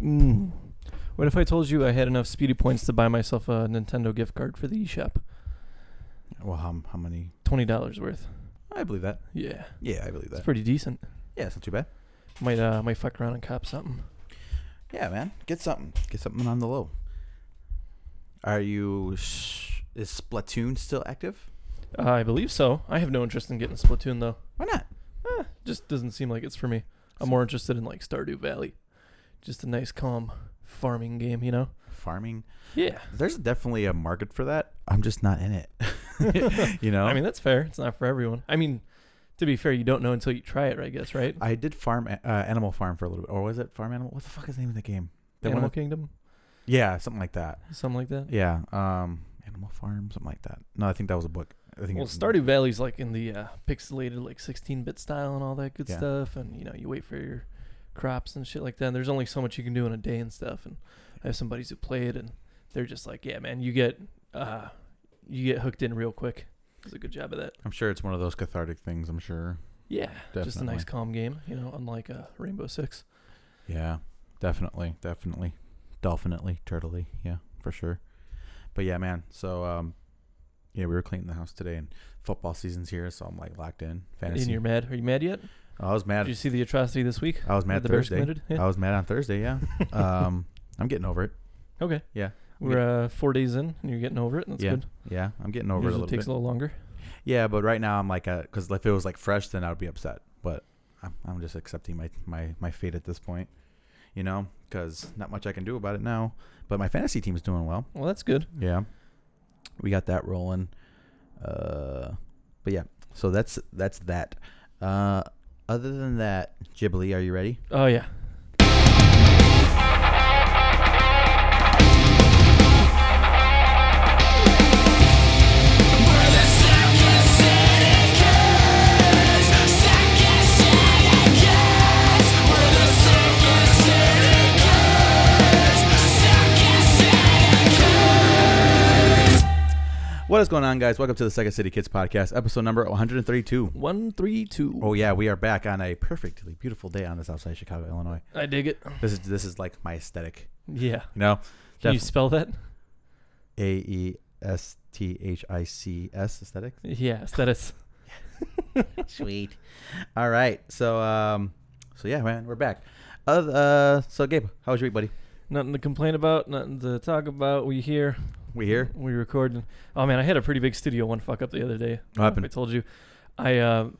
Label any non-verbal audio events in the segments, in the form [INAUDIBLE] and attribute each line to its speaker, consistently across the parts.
Speaker 1: Mm. What if I told you I had enough speedy points to buy myself a Nintendo gift card for the eShop?
Speaker 2: Well, how, how many?
Speaker 1: Twenty dollars worth.
Speaker 2: I believe that.
Speaker 1: Yeah,
Speaker 2: Yeah, I believe
Speaker 1: it's
Speaker 2: that.
Speaker 1: pretty decent.
Speaker 2: yeah, it's not too bad.
Speaker 1: Might uh, might fuck around and cop something.
Speaker 2: Yeah, man, get something. Get something on the low. Are you? Sh- is Splatoon still active?
Speaker 1: Uh, I believe so. I have no interest in getting Splatoon though.
Speaker 2: Why not?
Speaker 1: Eh, just doesn't seem like it's for me. I'm more interested in like Stardew Valley. Just a nice calm farming game, you know?
Speaker 2: Farming.
Speaker 1: Yeah.
Speaker 2: There's definitely a market for that. I'm just not in [LAUGHS] it. you know.
Speaker 1: [LAUGHS] I mean that's fair. It's not for everyone. I mean, to be fair, you don't know until you try it, I guess, right?
Speaker 2: I did farm uh, Animal Farm for a little bit, or was it Farm Animal? What the fuck is the name of the game? The one
Speaker 1: Animal
Speaker 2: with-
Speaker 1: Kingdom,
Speaker 2: yeah, something like that.
Speaker 1: something like that.
Speaker 2: Yeah, um, Animal Farm, something like that. No, I think that was a book. I think
Speaker 1: Well,
Speaker 2: it's-
Speaker 1: Stardew Valley's like in the uh, pixelated, like 16-bit style and all that good
Speaker 2: Yeah.
Speaker 1: stuff, and you know you wait for your crops and shit like that. And there's only so much you can do in a day and stuff. And I have some buddies who play it, and they're just like, "Yeah, man, you get uh, you get hooked in real quick." Does a good job of that.
Speaker 2: I'm sure it's one of those cathartic things. I'm sure.
Speaker 1: Yeah, just a
Speaker 2: Definitely.
Speaker 1: nice calm game, you know, unlike uh, Rainbow Six.
Speaker 2: Yeah, definitely, definitely, dolphinitely, turtlely. Yeah, for sure. But yeah, man. So, um, yeah, we were cleaning the house today, and football season's here, so I'm like locked in fantasy.
Speaker 1: And you're mad? Are you mad yet?
Speaker 2: I was mad.
Speaker 1: Did you see the atrocity this week?
Speaker 2: I was
Speaker 1: that
Speaker 2: mad
Speaker 1: the Bears
Speaker 2: Thursday.
Speaker 1: committed? Yeah.
Speaker 2: I was mad on Thursday.
Speaker 1: [LAUGHS]
Speaker 2: Yeah. um, I'm getting over it.
Speaker 1: Okay.
Speaker 2: Yeah.
Speaker 1: We're uh, four days in, and you're getting over it, and that's
Speaker 2: yeah.
Speaker 1: good.
Speaker 2: Yeah, I'm getting over
Speaker 1: Usually
Speaker 2: it a little
Speaker 1: takes
Speaker 2: bit.
Speaker 1: a little longer.
Speaker 2: yeah, but right now I'm like, because if it was like fresh, then I would be upset. But I'm, I'm just accepting my, my my fate at this point, you know, because not much I can do about it now. But my fantasy team's doing well.
Speaker 1: Well, that's good.
Speaker 2: Yeah. We got that rolling. Uh but yeah. So that's that's that. Uh other than that, Ghibli, are you ready?
Speaker 1: Oh yeah.
Speaker 2: What is going on, guys? Welcome to the Second City Kids Podcast, episode number 132.
Speaker 1: One, three, two.
Speaker 2: Oh yeah, we are back on a perfectly beautiful day on the south side of Chicago, Illinois.
Speaker 1: I dig it.
Speaker 2: This is this is like my aesthetic.
Speaker 1: Yeah.
Speaker 2: You know?
Speaker 1: Can you spell that?
Speaker 2: A E S T H I C S aesthetic.
Speaker 1: Yes, that is.
Speaker 2: Sweet. All right. So um so yeah, man, we're back. Uh, uh so Gabe, how was your week, buddy?
Speaker 1: Nothing to complain about, nothing to talk about. We here,
Speaker 2: We here?
Speaker 1: we recording. Oh man, I had a pretty big studio one fuck up the other day.
Speaker 2: What happened?
Speaker 1: I told you, I uh,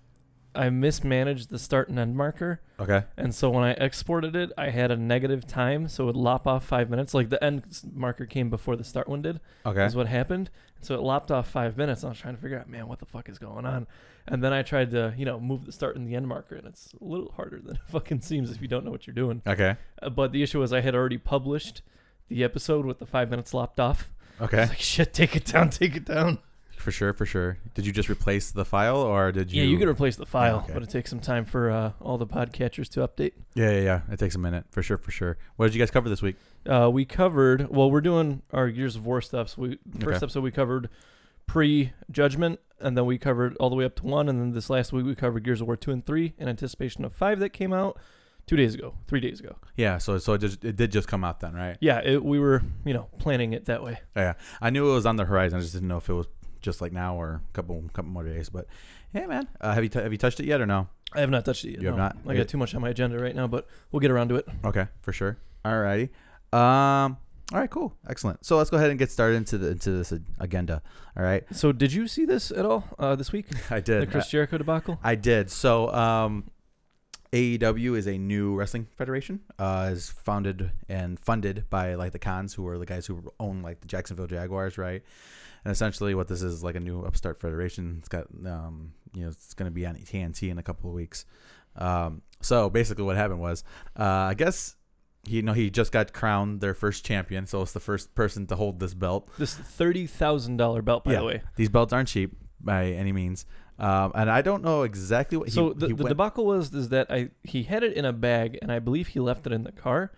Speaker 1: I mismanaged the start and end marker,
Speaker 2: Okay.
Speaker 1: and so when I exported it, I had a negative time, so it would lop off five minutes. Like the end s- marker came before the start one did.
Speaker 2: Okay.
Speaker 1: is what happened. So it lopped off five minutes. And I was trying to figure out, man, what the fuck is going on? And then I tried to, you know, move the start and the end marker, and it's a little harder than it [LAUGHS] fucking seems if you don't know what you're doing.
Speaker 2: Okay.
Speaker 1: Uh, but the issue was I had already published the episode with the five minutes lopped off. [LAUGHS] I
Speaker 2: Okay.
Speaker 1: was like, shit, take it down, take it down.
Speaker 2: For sure. For sure. Did you just replace the file, or did you?
Speaker 1: yeah, you can replace the file,
Speaker 2: okay.
Speaker 1: but it takes some time for uh, all the podcatchers to update.
Speaker 2: Yeah, yeah, yeah. It takes a minute. For sure. For sure. What did you guys cover this week?
Speaker 1: Uh, we covered, well, we're doing our Gears of War stuff. So we,
Speaker 2: Okay.
Speaker 1: first episode, we covered pre judgment, and then we covered all the way up to one. And then this last week, we covered Gears of War 2 and 3 in anticipation of 5 that came out two days ago, three days ago.
Speaker 2: Yeah. So, so it, just, it did just come out then, right? Oh,
Speaker 1: Yeah, it, we were, you know, planning it that way.
Speaker 2: Yeah. I knew it was on the horizon. I just didn't know if it was just like now or a couple, couple more days. But yeah, man. Uh, have you t- have you touched it yet or no?
Speaker 1: I have not touched it yet.
Speaker 2: You have
Speaker 1: no.
Speaker 2: not?
Speaker 1: I
Speaker 2: It-
Speaker 1: got too much on my agenda right now, but we'll get around to it.
Speaker 2: Okay. For sure. Alrighty. Um. All right. Cool. Excellent. So let's go ahead and get started into the into this agenda. All right.
Speaker 1: So, did you see this at all uh, this week?
Speaker 2: [LAUGHS] I
Speaker 1: The
Speaker 2: did.
Speaker 1: Chris Jericho debacle?
Speaker 2: I did. So, um, AEW is a new wrestling federation. Uh, is founded and funded by like the cons, who are the guys who own like the Jacksonville Jaguars, right? And essentially, what this is like a new upstart federation. It's got, um, you know, it's going to be on E TNT in a couple of weeks. Um, so basically, what happened was, uh, I guess. You know, he just got crowned their first champion, so it's the first person to hold this belt.
Speaker 1: This $30,000 belt, by
Speaker 2: Yeah.
Speaker 1: the way.
Speaker 2: These belts aren't cheap by any means, um, and I don't know exactly what.
Speaker 1: So
Speaker 2: he,
Speaker 1: the,
Speaker 2: he
Speaker 1: the
Speaker 2: went-
Speaker 1: debacle was is that I he had it in a bag and I believe he left it in the car,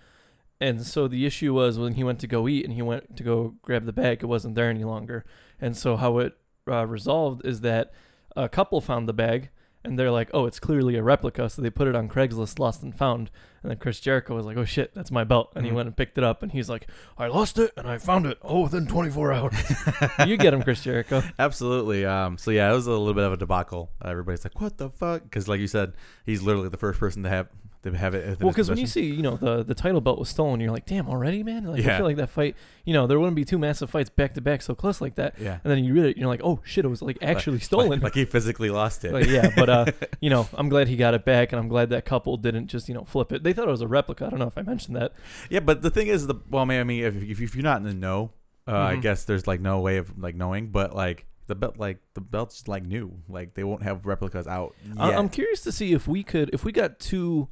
Speaker 1: and so the issue was when he went to go eat and he went to go grab the bag, it wasn't there any longer, and so how it uh, resolved is that a couple found the bag and they're like, "Oh, it's clearly a replica." So they put it on Craigslist, lost and found. And then Chris Jericho was like, "Oh shit, that's my belt," and he
Speaker 2: Mhm.
Speaker 1: went and picked it up, and he's like, "I lost it and I found it. Oh, within 24 hours."
Speaker 2: [LAUGHS]
Speaker 1: you get him, Chris Jericho.
Speaker 2: Absolutely. Um, so yeah, it was a little bit of a debacle. Uh, everybody's like, "What the fuck?" Because like you said, he's literally the first person to have to have it.
Speaker 1: Well, because when you see, you know, the the title belt was stolen, you're like, "Damn, already, man!" Like, I
Speaker 2: Yeah.
Speaker 1: feel like that fight, you know, there wouldn't be two massive fights back to back so close like that.
Speaker 2: yeah,
Speaker 1: And then you read it, you're like, "Oh shit, it was like actually stolen."
Speaker 2: [LAUGHS] like, like he physically lost it.
Speaker 1: [LAUGHS] Like, yeah,
Speaker 2: [LAUGHS]
Speaker 1: but uh, you know, I'm glad he got it back, and I'm glad that couple didn't just you know flip it. They thought it was a replica. I don't know if I mentioned that.
Speaker 2: yeah, but the thing is, the well, I mean, I mean, if, if, if you're not in the know, uh, I
Speaker 1: Mhm.
Speaker 2: guess there's like no way of like knowing. But like the belt, like the belt's like new. Like they won't have replicas out.
Speaker 1: I-
Speaker 2: yet.
Speaker 1: I'm curious to see if we could, if we got two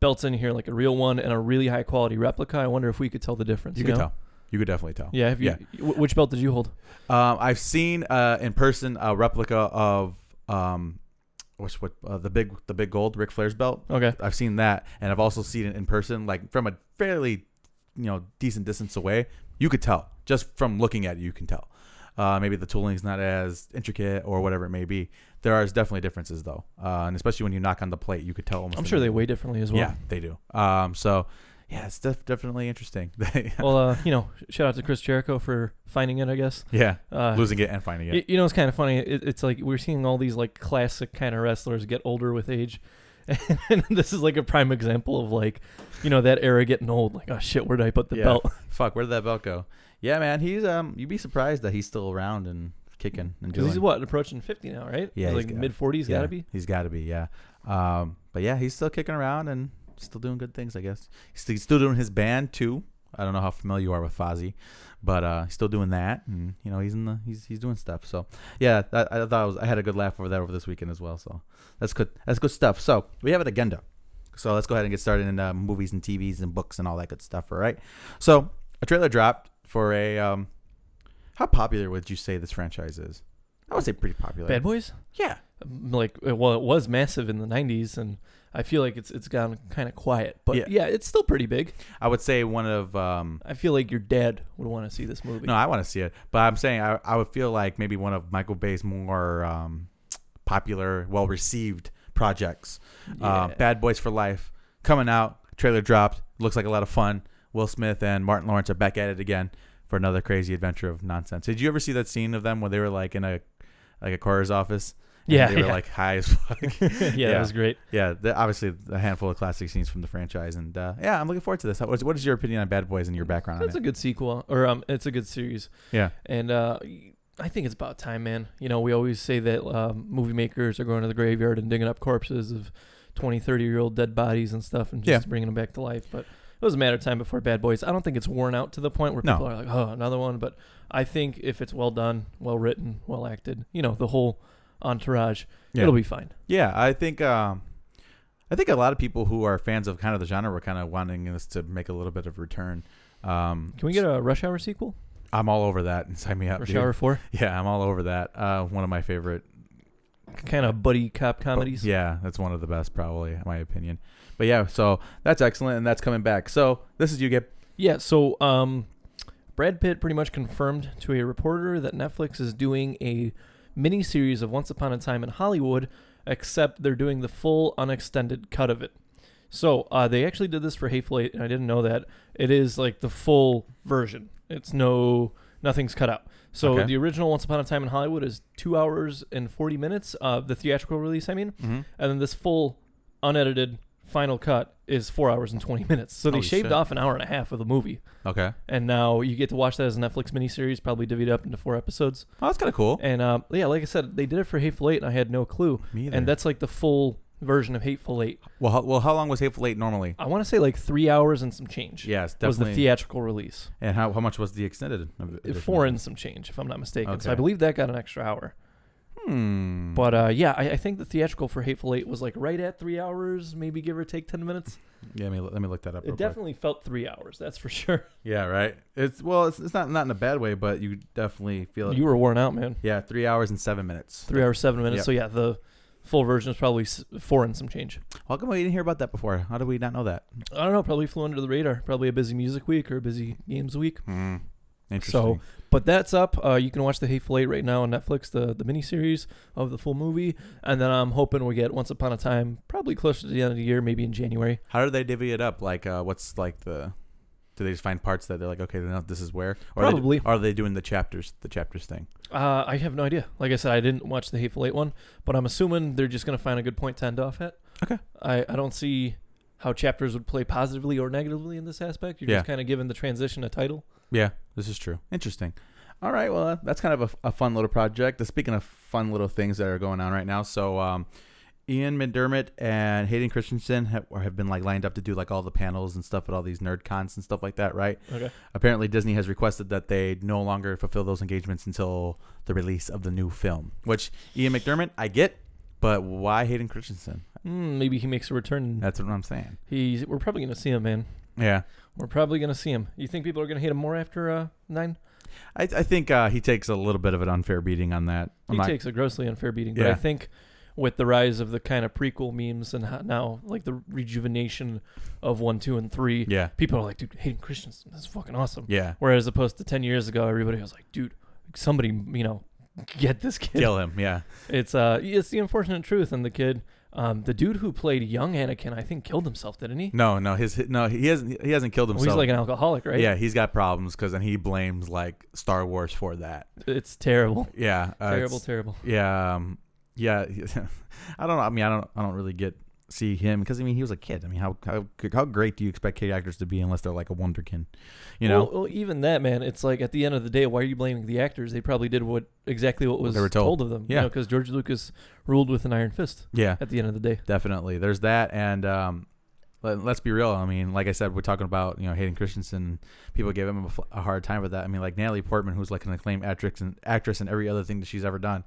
Speaker 1: belts in here, like a real one and a really high quality replica. I wonder if we could tell the difference.
Speaker 2: you
Speaker 1: You,
Speaker 2: could
Speaker 1: know?
Speaker 2: tell. You could definitely tell.
Speaker 1: Yeah. Have you? wh- which belt did you hold?
Speaker 2: Um, I've seen uh, in person a replica of um, what's what uh, the big the big gold Ric Flair's belt.
Speaker 1: Okay.
Speaker 2: I've seen that, and I've also seen it in person, like from a fairly, you know, decent distance away. You could tell just from looking at it. You can tell. Uh, maybe the tooling's not as intricate or whatever it may be. There are definitely differences though, uh, and especially when you knock on the plate, you could tell. Almost
Speaker 1: I'm sure they
Speaker 2: immediately.
Speaker 1: weigh differently as well.
Speaker 2: Yeah, they do. Um, so yeah, it's def- definitely interesting. [LAUGHS]
Speaker 1: Well, uh, you know, shout out to Chris Jericho for finding it. I guess.
Speaker 2: yeah,
Speaker 1: Uh,
Speaker 2: losing it and finding it.
Speaker 1: y- You know, it's kind of funny. It, it's like we're seeing all these like classic kind of wrestlers get older with age, [LAUGHS] and this is like a prime example of like, you know, that era getting old. Like, oh shit, where did I put the
Speaker 2: Yeah.
Speaker 1: belt?
Speaker 2: Fuck, where did that belt go? Yeah, man, he's um. You'd be surprised that he's still around and kicking and
Speaker 1: Because
Speaker 2: doing.
Speaker 1: he's what approaching fifty now, right?
Speaker 2: Yeah, he's
Speaker 1: He's, like
Speaker 2: got-
Speaker 1: mid forties,
Speaker 2: yeah,
Speaker 1: gotta be.
Speaker 2: He's got to be. Yeah. Um. But yeah, he's still kicking around and still doing good things. I guess he's still, he's still doing his band too. I don't know how familiar you are with Fozzy, but uh, he's still doing that, and you know he's in the he's he's doing stuff. So yeah, that, I thought it was, I had a good laugh over that over this weekend as well. So that's good. That's good stuff. So we have an agenda. So let's go ahead and get started in uh, movies and TVs and books and all that good stuff. All right. So a trailer dropped for a. Um, how popular would you say this franchise is? I would say pretty popular.
Speaker 1: Bad Boys.
Speaker 2: Yeah.
Speaker 1: Um, Like, uh, well, it was massive in the nineties, and I feel like it's it's gone kind of quiet. But
Speaker 2: Yeah.
Speaker 1: yeah. it's still pretty big.
Speaker 2: I would say one of um
Speaker 1: I feel like your dad would want to see this movie.
Speaker 2: no, uh, I want to see it, but I'm saying I, I would feel like maybe one of Michael Bay's more um, popular, well received projects. Um,
Speaker 1: Yeah.
Speaker 2: Bad Boys for Life coming out, trailer dropped, looks like a lot of fun. Will Smith and Martin Lawrence are back at it again for another crazy adventure of nonsense. Did you ever see that scene of them where they were like in a like a coroner's office? and
Speaker 1: Yeah,
Speaker 2: they were
Speaker 1: yeah.
Speaker 2: like high as fuck.
Speaker 1: [LAUGHS] yeah,
Speaker 2: yeah.
Speaker 1: that was great.
Speaker 2: yeah, the- obviously a handful of classic scenes from the franchise, and uh, yeah, I'm looking forward to this. How- What is, what is your opinion on Bad Boys and your background on
Speaker 1: That's
Speaker 2: it?
Speaker 1: a good sequel, or um, it's a good series,
Speaker 2: yeah.
Speaker 1: and uh. I think it's about time, man. You know, we always say that um, movie makers are going to the graveyard and digging up corpses of 20, 30 year old dead bodies and stuff and just bringing them back to life. But it was a matter of time before Bad Boys. I don't think it's worn out to the point where
Speaker 2: No.
Speaker 1: people are like, oh, another one. But I think if it's well done, well written, well acted, you know, the whole entourage,
Speaker 2: Yeah.
Speaker 1: it'll be fine.
Speaker 2: Yeah, I think um, I think a lot of people who are fans of kind of the genre were kind of wanting us to make a little bit of a return. Um,
Speaker 1: Can we get a Rush Hour sequel?
Speaker 2: I'm all over that. [LAUGHS] Sign me up.
Speaker 1: Rush
Speaker 2: dude.
Speaker 1: Hour 4?
Speaker 2: Yeah, I'm all over that. Uh, one of my favorite
Speaker 1: Kind of buddy cop comedies.
Speaker 2: Yeah, that's one of the best, probably in my opinion. But yeah, so that's excellent, and that's coming back. So this is you get.
Speaker 1: Yeah, so um, Brad Pitt pretty much confirmed to a reporter that Netflix is doing a mini series of Once Upon a Time in Hollywood, except they're doing the full unextended cut of it. So uh, they actually did this for Hateful Eight, and I didn't know that. It is like the full version. It's no nothing's cut out. So
Speaker 2: Okay.
Speaker 1: the original Once Upon a Time in Hollywood is two hours and forty minutes. Uh, the theatrical release, I mean,
Speaker 2: Mm-hmm.
Speaker 1: and then this full unedited final cut is four hours and twenty minutes. So they
Speaker 2: Holy
Speaker 1: shaved
Speaker 2: shit.
Speaker 1: off an hour and a half of the movie
Speaker 2: Okay,
Speaker 1: and now you get to watch that as a Netflix miniseries, probably divvied up into four episodes.
Speaker 2: oh, that's kind of cool.
Speaker 1: And um, yeah, like I said, they did it for Hateful Eight, and I had no clue.
Speaker 2: Me either.
Speaker 1: And that's like the full version of Hateful Eight.
Speaker 2: well, how, well, how long was Hateful Eight normally?
Speaker 1: I want to say like three hours and some change.
Speaker 2: Yes,
Speaker 1: was the
Speaker 2: definitely.
Speaker 1: theatrical release.
Speaker 2: and how, how much was the extended? edition?
Speaker 1: Four and some change, if I'm not mistaken. So
Speaker 2: Okay. Mm.
Speaker 1: I believe that got an extra hour.
Speaker 2: Hmm.
Speaker 1: But uh, yeah, I, I think the theatrical for Hateful Eight was like right at three hours, maybe give or take ten minutes.
Speaker 2: yeah, let me, let me look that up. real
Speaker 1: It
Speaker 2: quick.
Speaker 1: definitely felt three hours, that's for [LAUGHS] sure.
Speaker 2: Yeah, right. It's well, it's, it's not not in a bad way, but you definitely feel it.
Speaker 1: You were worn out, man.
Speaker 2: yeah, three hours and seven minutes.
Speaker 1: Three hours, seven minutes.
Speaker 2: Yep.
Speaker 1: So yeah, the full version is probably s- four and some change.
Speaker 2: How come we didn't hear about that before? How did we not know that?
Speaker 1: I don't know. Probably flew under the radar. Probably a busy music week or a busy games week.
Speaker 2: Hmm. Interesting.
Speaker 1: But that's up. Uh, you can watch the Hateful Eight right now on Netflix, the the miniseries of the full movie, and then I'm hoping we get Once Upon a Time, probably closer to the end of the year, maybe in January.
Speaker 2: How do they divvy it up? Like, uh, what's like the? Do they just find parts that they're like, okay, no, this is where? Or are they-
Speaker 1: Probably.
Speaker 2: are they doing the chapters, the chapters thing?
Speaker 1: Uh, I have no idea. Like I said, I didn't watch the Hateful Eight one, but I'm assuming they're just gonna find a good point to end off at.
Speaker 2: Okay.
Speaker 1: I, I don't see how chapters would play positively or negatively in this aspect. You're
Speaker 2: Yeah.
Speaker 1: just kind of given the transition a title.
Speaker 2: Yeah, this is true. Interesting. All right, well, uh, that's kind of a, a fun little project. Uh, Speaking of fun little things that are going on right now, so um, Ian McDermott and Hayden Christensen have, or have been like lined up to do like all the panels and stuff at all these nerd cons and stuff like that, right?
Speaker 1: Okay.
Speaker 2: Apparently, Disney has requested that they no longer fulfill those engagements until the release of the new film. Which Ian McDermott, I get, but why Hayden Christensen?
Speaker 1: Mm, maybe he makes a return.
Speaker 2: That's what I'm saying.
Speaker 1: He's we're probably gonna see him, man.
Speaker 2: Yeah,
Speaker 1: We're probably gonna see him. You think people are gonna hate him more after uh, nine?
Speaker 2: I, I think uh, he takes a little bit of an unfair beating on that. I'm
Speaker 1: He
Speaker 2: not-
Speaker 1: takes a grossly unfair beating, but I
Speaker 2: Yeah.
Speaker 1: think with the rise of the kind of prequel memes and ho- now like the rejuvenation of one, two, and three,
Speaker 2: yeah,
Speaker 1: people are like, dude, Hayden Christensen, that's fucking awesome.
Speaker 2: yeah.
Speaker 1: Whereas opposed to ten years ago, everybody was like, dude, somebody, you know, get this kid.
Speaker 2: Kill him, yeah.
Speaker 1: It's uh, it's the unfortunate truth. And the kid, um, the dude who played young Anakin, I think killed himself, didn't he?
Speaker 2: No, no, his no, he hasn't he hasn't killed
Speaker 1: Well,
Speaker 2: himself.
Speaker 1: Oh, he's like an alcoholic, right?
Speaker 2: Yeah, he's got problems because then he blames like Star Wars for that.
Speaker 1: it's terrible,
Speaker 2: Yeah, uh,
Speaker 1: terrible,
Speaker 2: it's-
Speaker 1: terrible.
Speaker 2: Yeah, um, yeah. [LAUGHS] I don't know. I mean, I don't. I don't really get see him because I mean he was a kid. I mean, how how how great do you expect kid actors to be unless they're like a wonderkin, you know?
Speaker 1: Well, well, even that, man. It's like at the end of the day, why are you blaming the actors? They probably did what exactly what was
Speaker 2: they were told.
Speaker 1: told. of them.
Speaker 2: Yeah.
Speaker 1: because George Lucas ruled with an iron fist.
Speaker 2: yeah,
Speaker 1: At the end of the day,
Speaker 2: definitely. There's that, and um, let, let's be real. I mean, like I said, we're talking about you know Hayden Christensen. People gave him a, fl- a hard time for that. I mean, like Natalie Portman, who's like an acclaimed actress and actress and every other thing that she's ever done,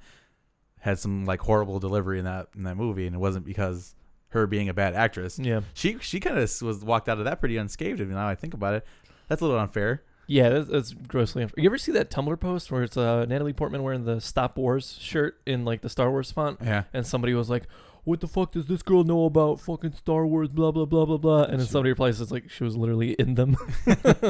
Speaker 2: had some like horrible delivery in that in that movie, and it wasn't because her being a bad actress.
Speaker 1: yeah,
Speaker 2: She she kind of was walked out of that pretty unscathed. If you now I think about it, that's a little unfair.
Speaker 1: yeah. That's, that's grossly. Unfair. You ever see that Tumblr post where it's uh, Natalie Portman wearing the Stop Wars shirt in like the Star Wars font,
Speaker 2: Yeah,
Speaker 1: and somebody was like. What the fuck does this girl know about fucking Star Wars? Blah blah blah blah blah. And then
Speaker 2: She-
Speaker 1: somebody replies, "It's like she was literally in them." [LAUGHS]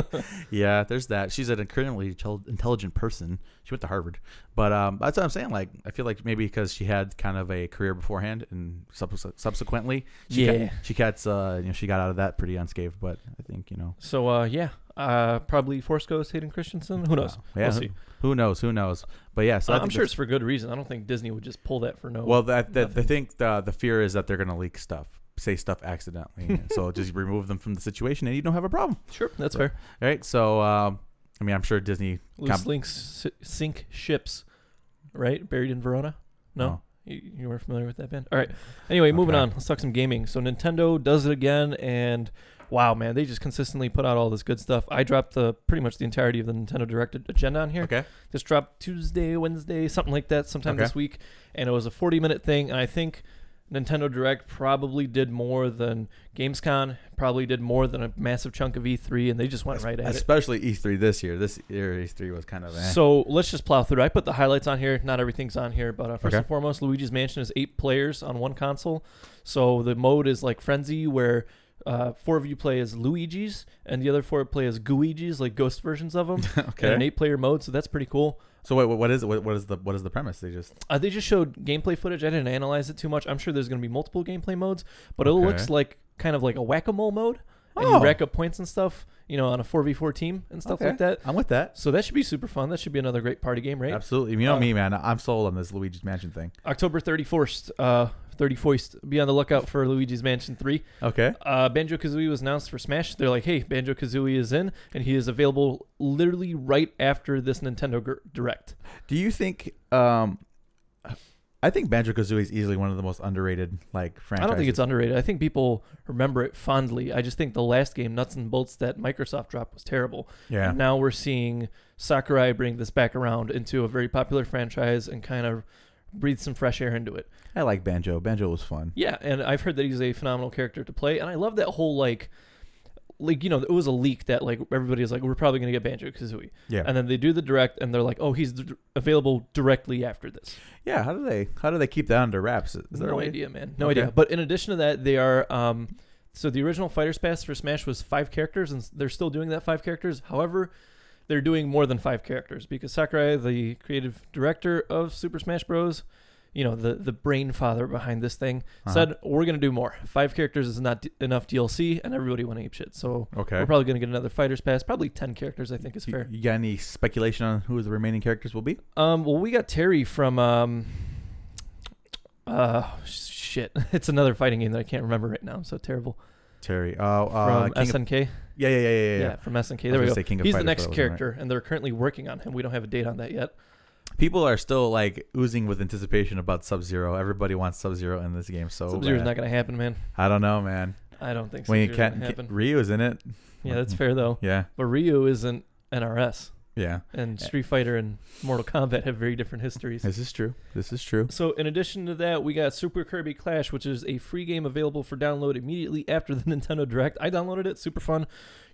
Speaker 2: yeah. There's that. She's an incredibly intel- intelligent person. She went to Harvard, but um, that's what I'm saying. Like, I feel like maybe because she had kind of a career beforehand, and sub- subsequently, she
Speaker 1: Yeah.
Speaker 2: got, she got uh, you know, she got out of that pretty unscathed. But I think you know,
Speaker 1: so uh, yeah, uh, probably Force Ghost, Hayden Christensen. Who knows?
Speaker 2: uh, yeah,
Speaker 1: We'll
Speaker 2: who-
Speaker 1: see.
Speaker 2: Who knows? Who knows? But yeah, so I
Speaker 1: I'm
Speaker 2: think
Speaker 1: sure
Speaker 2: that's-
Speaker 1: it's for good reason. I don't think Disney would just pull that for
Speaker 2: [LAUGHS]
Speaker 1: no.
Speaker 2: Well, that, that I
Speaker 1: nothing.
Speaker 2: think the the fear is that they're gonna leak stuff, say stuff accidentally,
Speaker 1: [LAUGHS]
Speaker 2: so just remove them from the situation, and you don't have a problem.
Speaker 1: sure, that's
Speaker 2: Right.
Speaker 1: fair.
Speaker 2: All right, so um, I mean, I'm sure Disney.
Speaker 1: Loose
Speaker 2: Comp-
Speaker 1: links si- sink ships, right? Buried in Verona. No,
Speaker 2: Oh.
Speaker 1: You, you weren't familiar with that band. All right. Anyway, moving
Speaker 2: Okay.
Speaker 1: on. Let's talk some gaming. So Nintendo does it again, and wow, man, they just consistently put out all this good stuff. I dropped the pretty much the entirety of the Nintendo Direct agenda on here.
Speaker 2: Okay.
Speaker 1: This dropped Tuesday, Wednesday, something like that, sometime
Speaker 2: Okay.
Speaker 1: this week, and it was a 40 minute thing. And I think Nintendo Direct probably did more than GamesCon, probably did more than a massive chunk of E3, and they just went right at it.
Speaker 2: Especially E3 this year. This year E3 was kind of eh.
Speaker 1: So let's just plow through. I put the highlights on here. Not everything's on here, but uh, first
Speaker 2: Okay.
Speaker 1: and foremost, Luigi's Mansion is eight players on one console. So the mode is like Frenzy, where uh, four of you play as Luigi's, and the other four play as Guigi's, like ghost versions of them. In
Speaker 2: [LAUGHS] [LAUGHS]
Speaker 1: an
Speaker 2: okay.
Speaker 1: eight-player mode, so that's pretty cool.
Speaker 2: So wait, what- what is it? What, what is the what is the premise? They just
Speaker 1: Uh, they just showed gameplay footage. I didn't analyze it too much. I'm sure there's going to be multiple gameplay modes, but it
Speaker 2: Okay.
Speaker 1: looks like kind of like a whack-a-mole mode, and
Speaker 2: Oh.
Speaker 1: you rack up points and stuff, you know, on a 4v4 team and stuff
Speaker 2: Okay.
Speaker 1: like that.
Speaker 2: I'm with that.
Speaker 1: So that should be super fun. That should be another great party game, right?
Speaker 2: Absolutely. You know
Speaker 1: Uh,
Speaker 2: me, man. I'm sold on this Luigi's Mansion thing.
Speaker 1: October 31st, uh, 31st, be on the lookout for Luigi's Mansion 3.
Speaker 2: Okay.
Speaker 1: Uh, Banjo Kazooie was announced for Smash. They're like, hey, Banjo Kazooie is in, and he is available literally right after this Nintendo gr- Direct.
Speaker 2: Do you think? Um, I think Banjo Kazooie is easily one of the most underrated like
Speaker 1: I
Speaker 2: franchises.
Speaker 1: don't think it's underrated. I think people remember it fondly. I just think the last game, Nuts and Bolts, that Microsoft dropped was terrible.
Speaker 2: yeah.
Speaker 1: And now we're seeing Sakurai bring this back around into a very popular franchise and kind of breathe some fresh air into it.
Speaker 2: I like Banjo. Banjo was fun.
Speaker 1: Yeah, and I've heard that he's a phenomenal character to play, and I love that whole like, like you know, it was a leak that like everybody is like, we're probably gonna get Banjo Kazooie,
Speaker 2: Yeah.
Speaker 1: and then they do the direct, and they're like, oh, he's d- available directly after this.
Speaker 2: yeah. How do they how do they keep that under wraps? Is there a
Speaker 1: no
Speaker 2: way?
Speaker 1: idea, man, no
Speaker 2: Okay.
Speaker 1: idea. But in addition to that, they are um, so the original Fighters Pass for Smash was five characters, and s- they're still doing that five characters. However, they're doing more than five characters because Sakurai, the creative director of Super Smash Bros., you know the the brain father behind this thing,
Speaker 2: Uh-huh.
Speaker 1: said we're gonna do more. Five characters is not d- enough DLC, and everybody went ape shit. So
Speaker 2: Okay.
Speaker 1: we're probably gonna get another fighters pass. Probably ten characters, I think, is
Speaker 2: You-
Speaker 1: fair.
Speaker 2: You got any speculation on who the remaining characters will be?
Speaker 1: Um, well, we got Terry from um, uh, shit. [LAUGHS] It's another fighting game that I can't remember right now. I'm so terrible.
Speaker 2: Terry. Oh, uh,
Speaker 1: from
Speaker 2: King of-
Speaker 1: SNK.
Speaker 2: yeah, yeah, yeah, yeah,
Speaker 1: yeah.
Speaker 2: yeah.
Speaker 1: from SNK.
Speaker 2: I
Speaker 1: There we
Speaker 2: was gonna
Speaker 1: go.
Speaker 2: say King of
Speaker 1: He's the
Speaker 2: Fighters, but
Speaker 1: next
Speaker 2: that wasn't right.
Speaker 1: character, and they're currently working on him. We don't have a date on that yet.
Speaker 2: People are still like oozing with anticipation about Sub Zero. Everybody wants Sub Zero in this game so
Speaker 1: Sub Zero's
Speaker 2: bad.
Speaker 1: not gonna happen, man.
Speaker 2: I don't know, man.
Speaker 1: I don't think
Speaker 2: When you
Speaker 1: Sub-Zero's
Speaker 2: can't,
Speaker 1: gonna happen.
Speaker 2: Ryu's in it.
Speaker 1: yeah, that's fair though.
Speaker 2: Yeah,
Speaker 1: But Ryu isn't NRS,
Speaker 2: yeah.
Speaker 1: and Street Fighter and Mortal Kombat have very different histories.
Speaker 2: This is true. This is true.
Speaker 1: So, in addition to that, we got Super Kirby Clash, which is a free game available for download immediately after the [LAUGHS] Nintendo Direct. I downloaded it, super fun.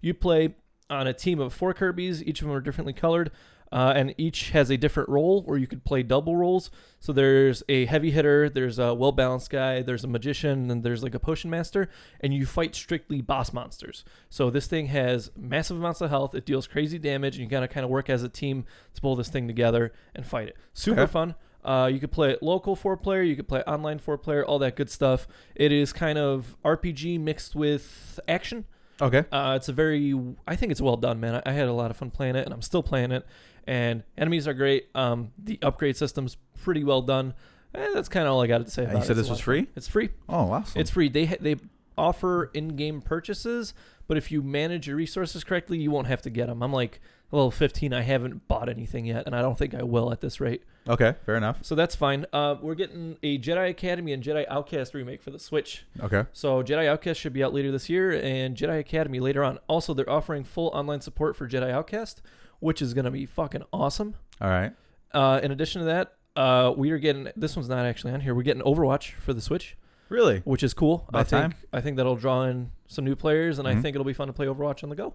Speaker 1: You play on a team of four Kirbys, each of them are differently colored, uh, and each has a different role, or you could play double roles. So, there's a heavy hitter, there's a well balanced guy, there's a magician, and there's like a potion master, and you fight strictly boss monsters. So, this thing has massive amounts of health, it deals crazy damage, and you gotta kind of work as a team to pull this thing together and fight it. Super
Speaker 2: Okay.
Speaker 1: fun. Uh, you could play it local four player, you could play it online four player, all that good stuff. It is kind of RPG mixed with action.
Speaker 2: Okay.
Speaker 1: Uh, it's a very, I think it's well done, man. I, I had a lot of fun playing it, and I'm still playing it. And enemies are great. Um, the upgrade system's pretty well done. Eh, that's kind of all I got to say.
Speaker 2: Uh,
Speaker 1: About
Speaker 2: you
Speaker 1: it.
Speaker 2: said
Speaker 1: It's a
Speaker 2: this
Speaker 1: lot
Speaker 2: was
Speaker 1: of
Speaker 2: free?
Speaker 1: fun. It's free.
Speaker 2: Oh, awesome.
Speaker 1: It's free. They ha- they offer in-game purchases, but if you manage your resources correctly, you won't have to get them. I'm like level 15. I haven't bought anything yet, and I don't think I will at this rate.
Speaker 2: okay. Fair enough.
Speaker 1: So that's fine. Uh, we're getting a Jedi Academy and Jedi Outcast remake for the Switch.
Speaker 2: Okay.
Speaker 1: So Jedi Outcast should be out later this year, and Jedi Academy later on. Also, they're offering full online support for Jedi Outcast, which is gonna be fucking awesome.
Speaker 2: All right.
Speaker 1: Uh, in addition to that, uh, we are getting this one's not actually on here. We're getting Overwatch for the Switch
Speaker 2: Really?
Speaker 1: which is cool. I
Speaker 2: About
Speaker 1: think
Speaker 2: time.
Speaker 1: I think that'll draw in some new players, and I
Speaker 2: Mhm.
Speaker 1: think it'll be fun to play Overwatch on the go.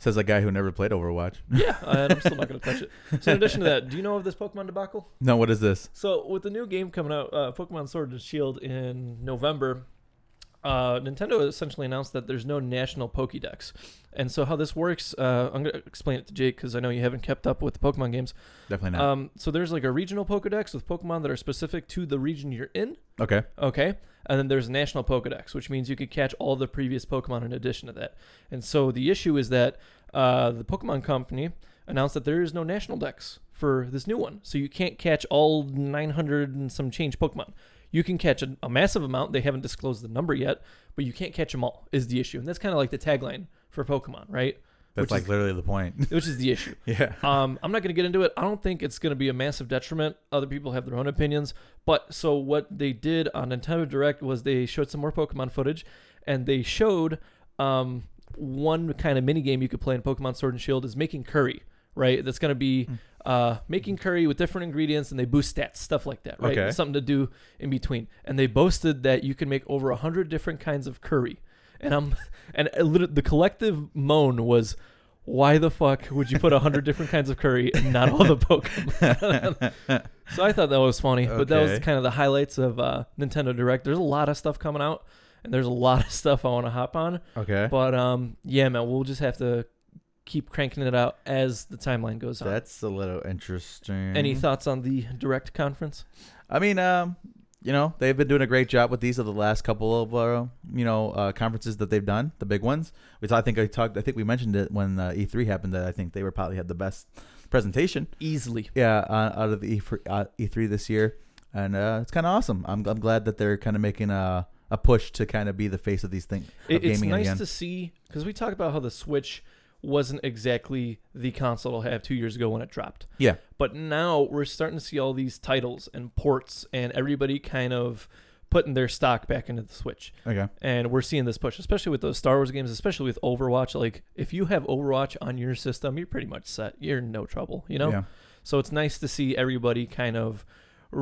Speaker 2: Says a guy who never played Overwatch.
Speaker 1: Yeah, and I'm still not going to touch it. So in addition to that, do you know of this Pokemon debacle?
Speaker 2: No, what is this?
Speaker 1: So with the new game coming out, uh, Pokemon Sword and Shield in November, uh, Nintendo essentially announced that there's no national Pokédex, and so how this works, uh, I'm going to explain it to Jake because I know you haven't kept up with the Pokemon games.
Speaker 2: Definitely not.
Speaker 1: Um, so there's like a regional Pokédex with Pokemon that are specific to the region you're in.
Speaker 2: okay.
Speaker 1: Okay. And then there's National Pokedex, which means you could catch all the previous Pokemon in addition to that. And so the issue is that uh, the Pokemon Company announced that there is no National Dex for this new one. So you can't catch all 900 and some change Pokemon. You can catch a, a massive amount. They haven't disclosed the number yet, but you can't catch them all, is the issue. And that's kind of like the tagline for Pokemon, right?
Speaker 2: That's
Speaker 1: which
Speaker 2: like
Speaker 1: is-
Speaker 2: literally the point. [LAUGHS]
Speaker 1: Which is the issue. [LAUGHS]
Speaker 2: yeah.
Speaker 1: Um, I'm not going to get into it. I don't think it's going to be a massive detriment. Other people have their own opinions. But so what they did on Nintendo Direct was they showed some more Pokemon footage, and they showed um, one kind of mini game you could play in Pokemon Sword and Shield is making curry. Right, that's going to be uh, making curry with different ingredients, and they boost stats, stuff like that. Right,
Speaker 2: Okay.
Speaker 1: something to do in between. And they boasted that you can make over a hundred different kinds of curry. And I'm, and I lit- the collective moan was, why the fuck would you put a hundred different kinds of curry and not
Speaker 2: [LAUGHS]
Speaker 1: all the Pokemon? so I thought that was funny, but that was
Speaker 2: Okay.
Speaker 1: kind of the highlights of uh, Nintendo Direct. There's a lot of stuff coming out, and there's a lot of [LAUGHS] stuff I want to hop on.
Speaker 2: Okay.
Speaker 1: But um, yeah, man, we'll just have to keep cranking it out as the timeline goes on.
Speaker 2: That's a little interesting.
Speaker 1: Any thoughts on the Direct conference?
Speaker 2: I mean, um, you know, they've been doing a great job with these of the last couple of uh, you know uh, conferences that they've done, the big ones. Which I think I talked, I think we mentioned it when uh, E3 happened. That I think they were probably had the best presentation.
Speaker 1: Easily.
Speaker 2: Yeah, uh, out of the E3, uh, E3 this year, and uh, it's kind of awesome. I'm, I'm glad that they're kind of making a a push to kind of be the face of these things.
Speaker 1: It,
Speaker 2: Oh,
Speaker 1: it's
Speaker 2: gaming in the
Speaker 1: nice
Speaker 2: end.
Speaker 1: to see because we talked about how the Switch wasn't exactly the console to have two years ago when it dropped.
Speaker 2: Yeah.
Speaker 1: But now we're starting to see all these titles and ports and everybody kind of putting their stock back into the Switch.
Speaker 2: Okay.
Speaker 1: And we're seeing this push, especially with those Star Wars games, especially with Overwatch. Like, if you have Overwatch on your system, you're pretty much set. You're in no trouble, you know?
Speaker 2: Yeah.
Speaker 1: So it's nice to see everybody kind of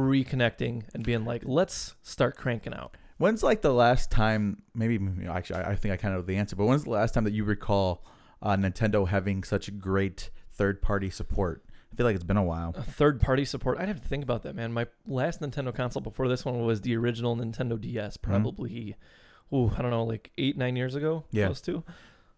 Speaker 1: reconnecting and being like, let's start cranking out.
Speaker 2: When's like the last time? Maybe you know, actually, I, I think I kind of know the answer. But when's the last time that you recall uh, Nintendo having such great third-party support? I feel like it's been a while.
Speaker 1: A third party support. I'd have to think about that, man. My last Nintendo console before this one was the
Speaker 2: Mm-hmm.
Speaker 1: original Nintendo DS, probably, ooh, I don't know, like eight, nine years ago,
Speaker 2: Yeah.
Speaker 1: close to.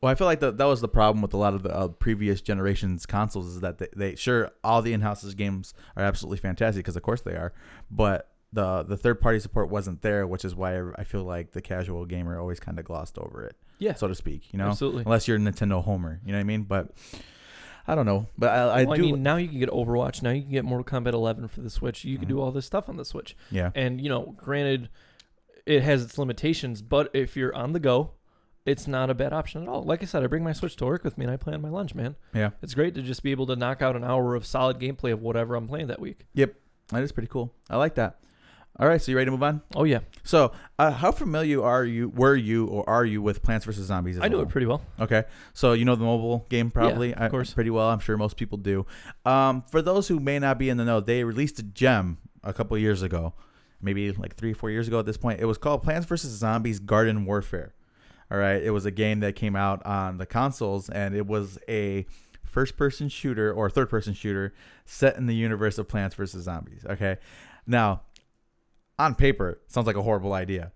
Speaker 2: Well, I feel like that that was the problem with a lot of the uh, previous generations consoles is that they, they sure all the in-house games are absolutely fantastic because of course they are, but the the third party support wasn't there, which is why I- I feel like the casual gamer always kind of glossed over it,
Speaker 1: Yeah,
Speaker 2: so to speak. You know,
Speaker 1: absolutely.
Speaker 2: unless you're a Nintendo homer, you know what I mean? But I don't know, but I, I
Speaker 1: Well, I,
Speaker 2: do.
Speaker 1: mean, now you can get Overwatch. Now you can get Mortal Kombat 11 for the Switch. You can do
Speaker 2: Mhm.
Speaker 1: all this stuff on the Switch.
Speaker 2: yeah,
Speaker 1: And you know, granted, it has its limitations, but if you're on the go, it's not a bad option at all. Like I said, I bring my Switch to work with me, and I play on my lunch, man.
Speaker 2: yeah,
Speaker 1: It's great to just be able to knock out an hour of solid gameplay of whatever I'm playing that week.
Speaker 2: that is pretty cool. I like that. All right, so you ready to move on?
Speaker 1: Oh yeah,
Speaker 2: So, uh, how familiar are you? Were you or are you with Plants vs Zombies? as
Speaker 1: I
Speaker 2: a
Speaker 1: do
Speaker 2: whole?
Speaker 1: it pretty well.
Speaker 2: Okay, so you know the mobile game probably,
Speaker 1: of course.
Speaker 2: I, pretty well. I'm sure most people do. Um, for those who may not be in the know, they released a gem a couple years ago, maybe like three, four years ago at this point. It was called Plants vs Zombies Garden Warfare. All right, it was a game that came out on the consoles, and it was a first-person shooter or third-person shooter set in the universe of Plants vs Zombies. Okay, now on paper it sounds like a horrible idea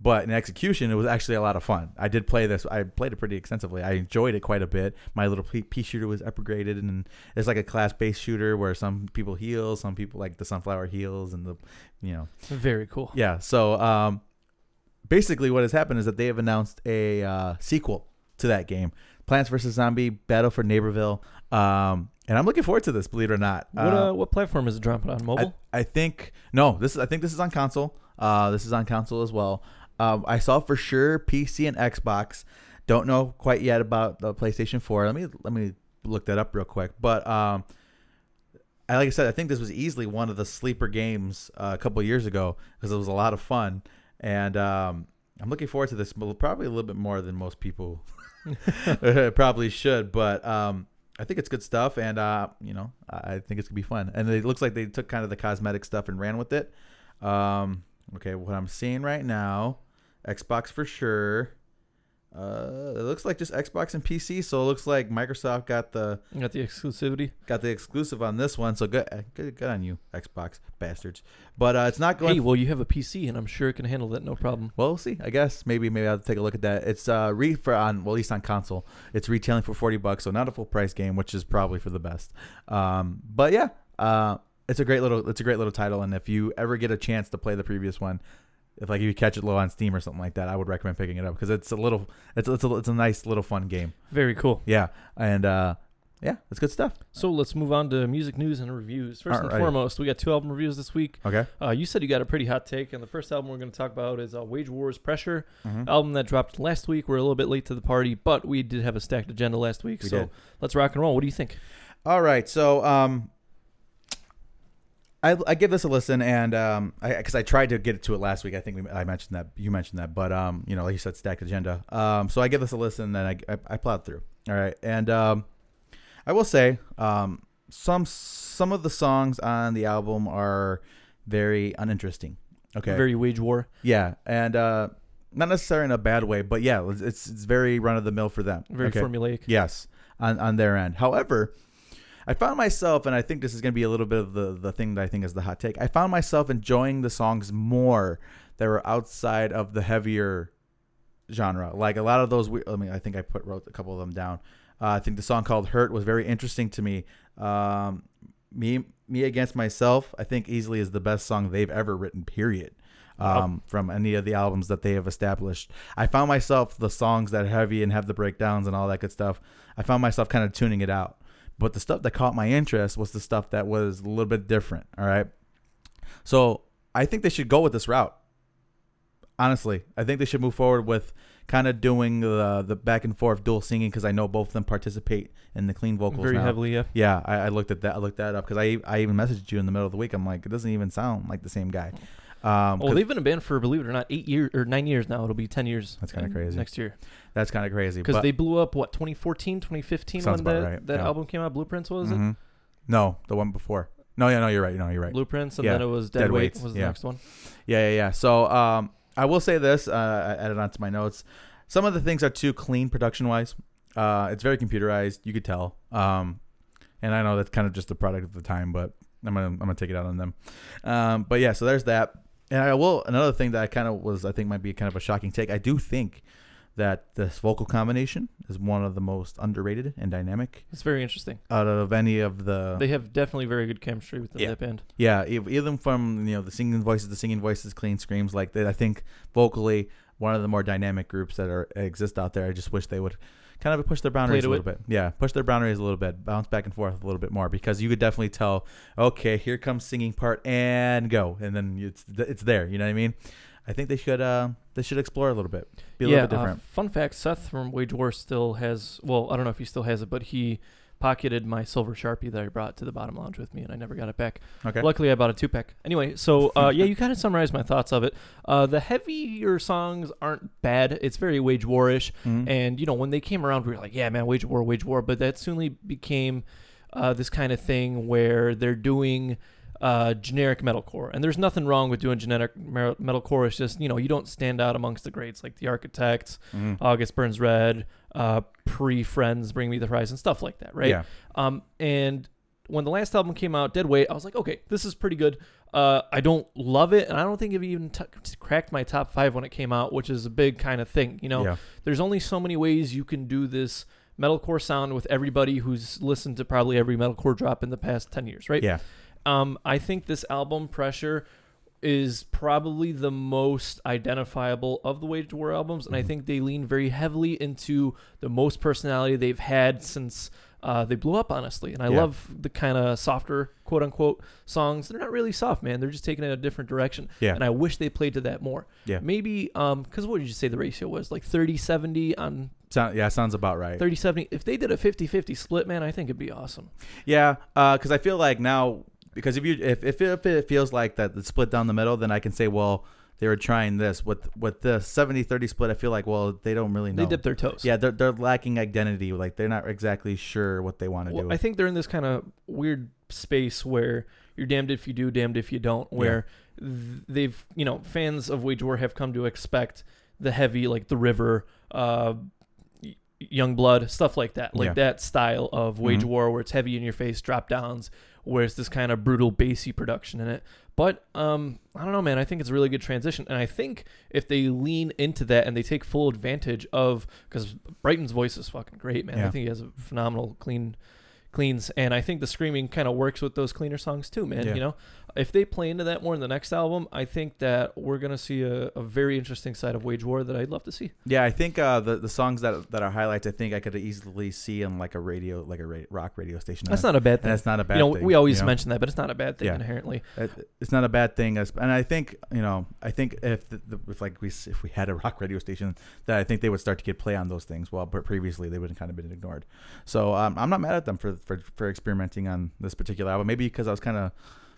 Speaker 2: but in execution it was actually a lot of fun i did play this i played it pretty extensively i enjoyed it quite a bit my little p pea shooter was upgraded and it's like a class-based shooter where some people heal some people like the sunflower heals and the you know
Speaker 1: Very cool.
Speaker 2: yeah so um basically what has happened is that they have announced a uh, sequel to that game plants vs zombie battle for neighborville um and i'm looking forward to this believe it or not
Speaker 1: What
Speaker 2: Uh,
Speaker 1: uh, what platform is it dropping on? Mobile?
Speaker 2: I, I think no. This is I think this is on console. Uh, this is on console as well. Um, I saw for sure PC and Xbox. Don't know quite yet about the PlayStation Four. Let me let me look that up real quick. But um, I, like I said, I think this was easily one of the sleeper games uh, a couple years ago because it was a lot of fun, and um, I'm looking forward to this mo- probably a little bit more than most people [LAUGHS] probably should. But um, I think it's good stuff, and uh, you know, I I think it's gonna be fun. And it looks like they took kind of the cosmetic stuff and ran with it. Um, okay, what I'm seeing right now, Xbox for sure. Uh, it looks like just Xbox and PC, so it looks like Microsoft got the
Speaker 1: You got the exclusivity.
Speaker 2: got the exclusive on this one. So good, uh, good, good on you, Xbox bastards. But uh, it's not going.
Speaker 1: Hey, well, you have a PC, and I'm sure it can handle that no problem.
Speaker 2: Well, we'll see. I guess maybe maybe I'll take a look at that. It's uh re for on well at least on console. It's retailing for forty bucks, so not a full price game, which is probably for the best. Um, but yeah, uh, it's a great little it's a great little title, and if you ever get a chance to play the previous one, if like you catch it low on Steam or something like that, I would recommend picking it up because it's a little it's it's a, it's a nice little fun game.
Speaker 1: Very cool.
Speaker 2: Yeah, and uh, yeah, it's good stuff.
Speaker 1: So let's move on to music news and reviews. First and
Speaker 2: Alrighty.
Speaker 1: foremost, we got two album reviews this week.
Speaker 2: Okay.
Speaker 1: Uh, you said you got a pretty hot take, and the first album we're going to talk about is uh, Wage War's Pressure,
Speaker 2: Mhm.
Speaker 1: album that dropped last week. We're a little bit late to the party, but we did have a stacked agenda last week,
Speaker 2: We
Speaker 1: so
Speaker 2: did.
Speaker 1: let's rock and roll. What do you think?
Speaker 2: All right, so um, I, I give this a listen, and um, I because I tried to get to it last week. I think we, I mentioned that you mentioned that, but um, you know, like you said, stacked agenda. Um, so I give this a listen, and I I, I plowed through. All right, and um, I will say um, some some of the songs on the album are very uninteresting. Okay,
Speaker 1: Very Wage War.
Speaker 2: yeah, and uh, not necessarily in a bad way, but yeah, it's it's it's very run of the mill for them.
Speaker 1: Very
Speaker 2: okay?
Speaker 1: formulaic.
Speaker 2: Yes, on, on their end. However, I found myself, and I think this is going to be a little bit of the, the thing that I think is the hot take. I found myself enjoying the songs more that were outside of the heavier genre. Like a lot of those, we, I mean, I think I put wrote a couple of them down. Uh, I think the song called "Hurt" was very interesting to me. Um, me, me against myself, I think easily is the best song they've ever written. Period.
Speaker 1: Wow.
Speaker 2: Um, From any of the albums that they have established, I found myself the songs that are heavy and have the breakdowns and all that good stuff. I found myself kind of tuning it out. But the stuff that caught my interest was the stuff that was a little bit different. All right. So I think they should go with this route. Honestly, I think they should move forward with kind of doing the the back and forth dual singing because I know both of them participate in the clean vocals.
Speaker 1: Very
Speaker 2: now.
Speaker 1: heavily, yeah.
Speaker 2: Yeah, I, I looked at that. I looked that up because I I even messaged you in the middle of the week. I'm like, it doesn't even sound like the same guy. Um,
Speaker 1: Well,
Speaker 2: 'cause
Speaker 1: Oh, they've been a band for, believe it or not, eight years or nine years now. It'll be 10 years.
Speaker 2: That's kinda
Speaker 1: uh,
Speaker 2: crazy.
Speaker 1: Next year.
Speaker 2: that's kind of crazy.
Speaker 1: Because
Speaker 2: but-
Speaker 1: they blew up, what, 2014, 2015
Speaker 2: Sounds
Speaker 1: when
Speaker 2: about
Speaker 1: that,
Speaker 2: right,
Speaker 1: that
Speaker 2: yeah.
Speaker 1: album came out? Blueprints, was it?
Speaker 2: Mhm. No, the one before. No, yeah, no, you're right. No, you're right.
Speaker 1: Blueprints, and
Speaker 2: Yeah.
Speaker 1: then it was Dead,
Speaker 2: Dead
Speaker 1: Weight
Speaker 2: Weights,
Speaker 1: was the
Speaker 2: yeah.
Speaker 1: next one.
Speaker 2: Yeah, yeah, yeah. So um, I will say this. Uh, I added on to my notes. Some of the things are too clean production wise. Uh, it's very computerized. You could tell. Um, and I know that's kind of just a product of the time, but I'm gonna I'm gonna take it out on them. Um, but yeah, so there's that. And I will another thing that I kind of was I think might be kind of a shocking take. I do think that this vocal combination is one of the most underrated and dynamic
Speaker 1: It's very interesting.
Speaker 2: out of any of the
Speaker 1: They have definitely very good chemistry with the
Speaker 2: Yeah.
Speaker 1: lip band.
Speaker 2: Yeah, ev- even from you know the singing voices, the singing voices, clean screams like that. I think vocally one of the more dynamic groups that are exist out there. I just wish they would kind of push their boundaries
Speaker 1: to
Speaker 2: a little bit. Yeah, push their boundaries a little bit, bounce back and forth a little bit more because you could definitely tell. Okay, here comes singing part and go, and then it's it's there. You know what I mean? I think they should uh they should explore a little bit, be a little bit
Speaker 1: uh,
Speaker 2: different.
Speaker 1: fun fact: Seth from Wage War still has. Well, I don't know if he still has it, but he pocketed my silver sharpie that I brought to the bottom lounge with me, and I never got it back.
Speaker 2: okay.
Speaker 1: Luckily, I bought a two pack. Anyway, so
Speaker 2: [LAUGHS]
Speaker 1: uh, yeah, you kind of summarized my thoughts of it. Uh, the heavier songs aren't bad. It's very Wage Warish,
Speaker 2: Mhm.
Speaker 1: and you know when they came around, we were like, yeah, man, Wage War, Wage War. But that soon became uh, this kind of thing where they're doing uh, generic metalcore, and there's nothing wrong with doing generic mer- metalcore. It's just you know you don't stand out amongst the greats like the Architects,
Speaker 2: Mhm.
Speaker 1: August Burns Red, uh, pre Friends, Bring Me the Horizon, stuff like that, right?
Speaker 2: Yeah.
Speaker 1: Um, and when the last album came out, Dead Weight, I was like, okay, this is pretty good. Uh, I don't love it, and I don't think it even t- cracked my top five when it came out, which is a big kind of thing. You know,
Speaker 2: Yeah.
Speaker 1: there's only so many ways you can do this metalcore sound with everybody who's listened to probably every metalcore drop in the past 10 years, right?
Speaker 2: Yeah.
Speaker 1: Um, I think this album, Pressure, is probably the most identifiable of the Wage War albums,
Speaker 2: Mm-hmm.
Speaker 1: and I think they lean very heavily into the most personality they've had since uh, they blew up, honestly. And I
Speaker 2: Yeah.
Speaker 1: love the kind of softer, quote unquote, songs. They're not really soft, man. They're just taking it a different direction.
Speaker 2: Yeah.
Speaker 1: And I wish they played to that more.
Speaker 2: Yeah.
Speaker 1: Maybe, um, because what did you say the ratio was? Like 30 70 on
Speaker 2: Sound, yeah, sounds about right.
Speaker 1: 30 70. If they did a 50 50 split, man, I think it'd be awesome.
Speaker 2: Yeah, because I feel like now because if you if, if if it feels like that it's split down the middle, then I can say well they were trying this with with the 70-30 split. I feel like well they don't really know.
Speaker 1: They dip their toes.
Speaker 2: yeah, they're they're lacking identity. Like they're not exactly sure what they want to
Speaker 1: Well,
Speaker 2: do.
Speaker 1: I think they're in this kind of weird space where you're damned if you do, damned if you don't. Where th- they've, you know, fans of Wage War have come to expect the heavy, like the River, uh, Young Blood, stuff like that, like
Speaker 2: Yeah.
Speaker 1: that style of Wage
Speaker 2: Mhm.
Speaker 1: War, where it's heavy in your face, drop downs, where it's this kind of brutal, bassy production in it. But um, I don't know, man. I think it's a really good transition, and I think if they lean into that and they take full advantage of, because Brighton's voice is fucking great, man. I
Speaker 2: Yeah.
Speaker 1: think he has a phenomenal clean cleans, and I think the screaming kind of works with those cleaner songs too, man.
Speaker 2: Yeah.
Speaker 1: You know, if they play into that more in the next album, I think that we're gonna see a, a very interesting side of Wage War that I'd love to see.
Speaker 2: yeah, I think uh, the the songs that that are highlights, I think I could easily see in like a radio like a ra- rock radio station.
Speaker 1: That's not a bad
Speaker 2: and
Speaker 1: thing.
Speaker 2: that's not a bad.
Speaker 1: You know,
Speaker 2: thing,
Speaker 1: we always
Speaker 2: you know?
Speaker 1: mention that, but it's not a bad thing
Speaker 2: Yeah.
Speaker 1: inherently.
Speaker 2: It- Uh, it's not a bad thing as- and i think you know i think if the, the, if like we s- if we had a rock radio station that i think they would start to get play on those things well but previously they would have kind of been ignored so um, i'm not mad at them for, for for experimenting on this particular album maybe because i was kind of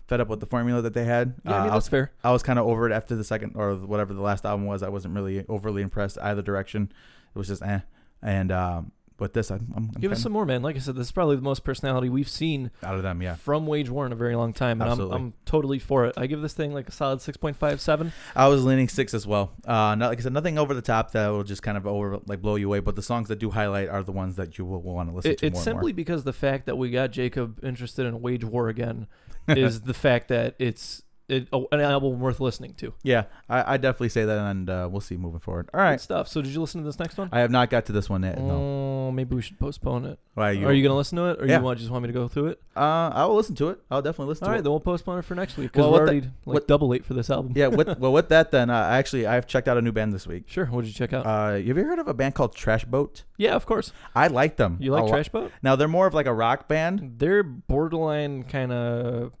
Speaker 2: fed up with the formula that they had
Speaker 1: Yeah, I
Speaker 2: Uh,
Speaker 1: mean
Speaker 2: I
Speaker 1: that's
Speaker 2: was,
Speaker 1: fair.
Speaker 2: I was kind of over it after the second or whatever the last album was i wasn't really overly impressed either direction it was just eh and um with this i'm, I'm, I'm
Speaker 1: Give us
Speaker 2: kinda
Speaker 1: some more, man. Like I said, this is probably the most personality we've seen
Speaker 2: out of them yeah
Speaker 1: from Wage War in a very long time, and I'm,
Speaker 2: Absolutely.
Speaker 1: I'm totally for it. I give this thing like a solid six point five seven.
Speaker 2: I was leaning six as well. Uh, not, like I said, nothing over the top that will just kind of over like blow you away. But the songs that do highlight are the ones that you will, want to listen
Speaker 1: It,
Speaker 2: to
Speaker 1: it's
Speaker 2: more.
Speaker 1: simply because the fact that we got Jacob interested in Wage War again
Speaker 2: [LAUGHS]
Speaker 1: is the fact that it's it, oh, an album worth listening to.
Speaker 2: and more. yeah, I, I definitely say that, and uh, we'll see moving forward. All
Speaker 1: Good
Speaker 2: right,
Speaker 1: stuff. So did you listen to this next one?
Speaker 2: I have not got to this one yet. No,
Speaker 1: Oh, maybe we should postpone it.
Speaker 2: why you?
Speaker 1: Are you gonna listen to it, or
Speaker 2: Yeah.
Speaker 1: you want just want me to go through it?
Speaker 2: uh, I will listen to it. I'll definitely listen
Speaker 1: All
Speaker 2: to
Speaker 1: right,
Speaker 2: it.
Speaker 1: then we'll postpone it for next week because
Speaker 2: Well,
Speaker 1: we're
Speaker 2: what the-
Speaker 1: already like
Speaker 2: what-
Speaker 1: double late for this album.
Speaker 2: [LAUGHS] yeah. With, well, with that, then uh, actually, I've checked out a new band this week.
Speaker 1: Sure. What did you check out?
Speaker 2: Uh, have you ever heard of a band called Trash Boat?
Speaker 1: yeah, of course.
Speaker 2: I like them.
Speaker 1: You
Speaker 2: a
Speaker 1: like
Speaker 2: lo-
Speaker 1: Trash Boat?
Speaker 2: Now they're more of like a rock band.
Speaker 1: They're borderline kind of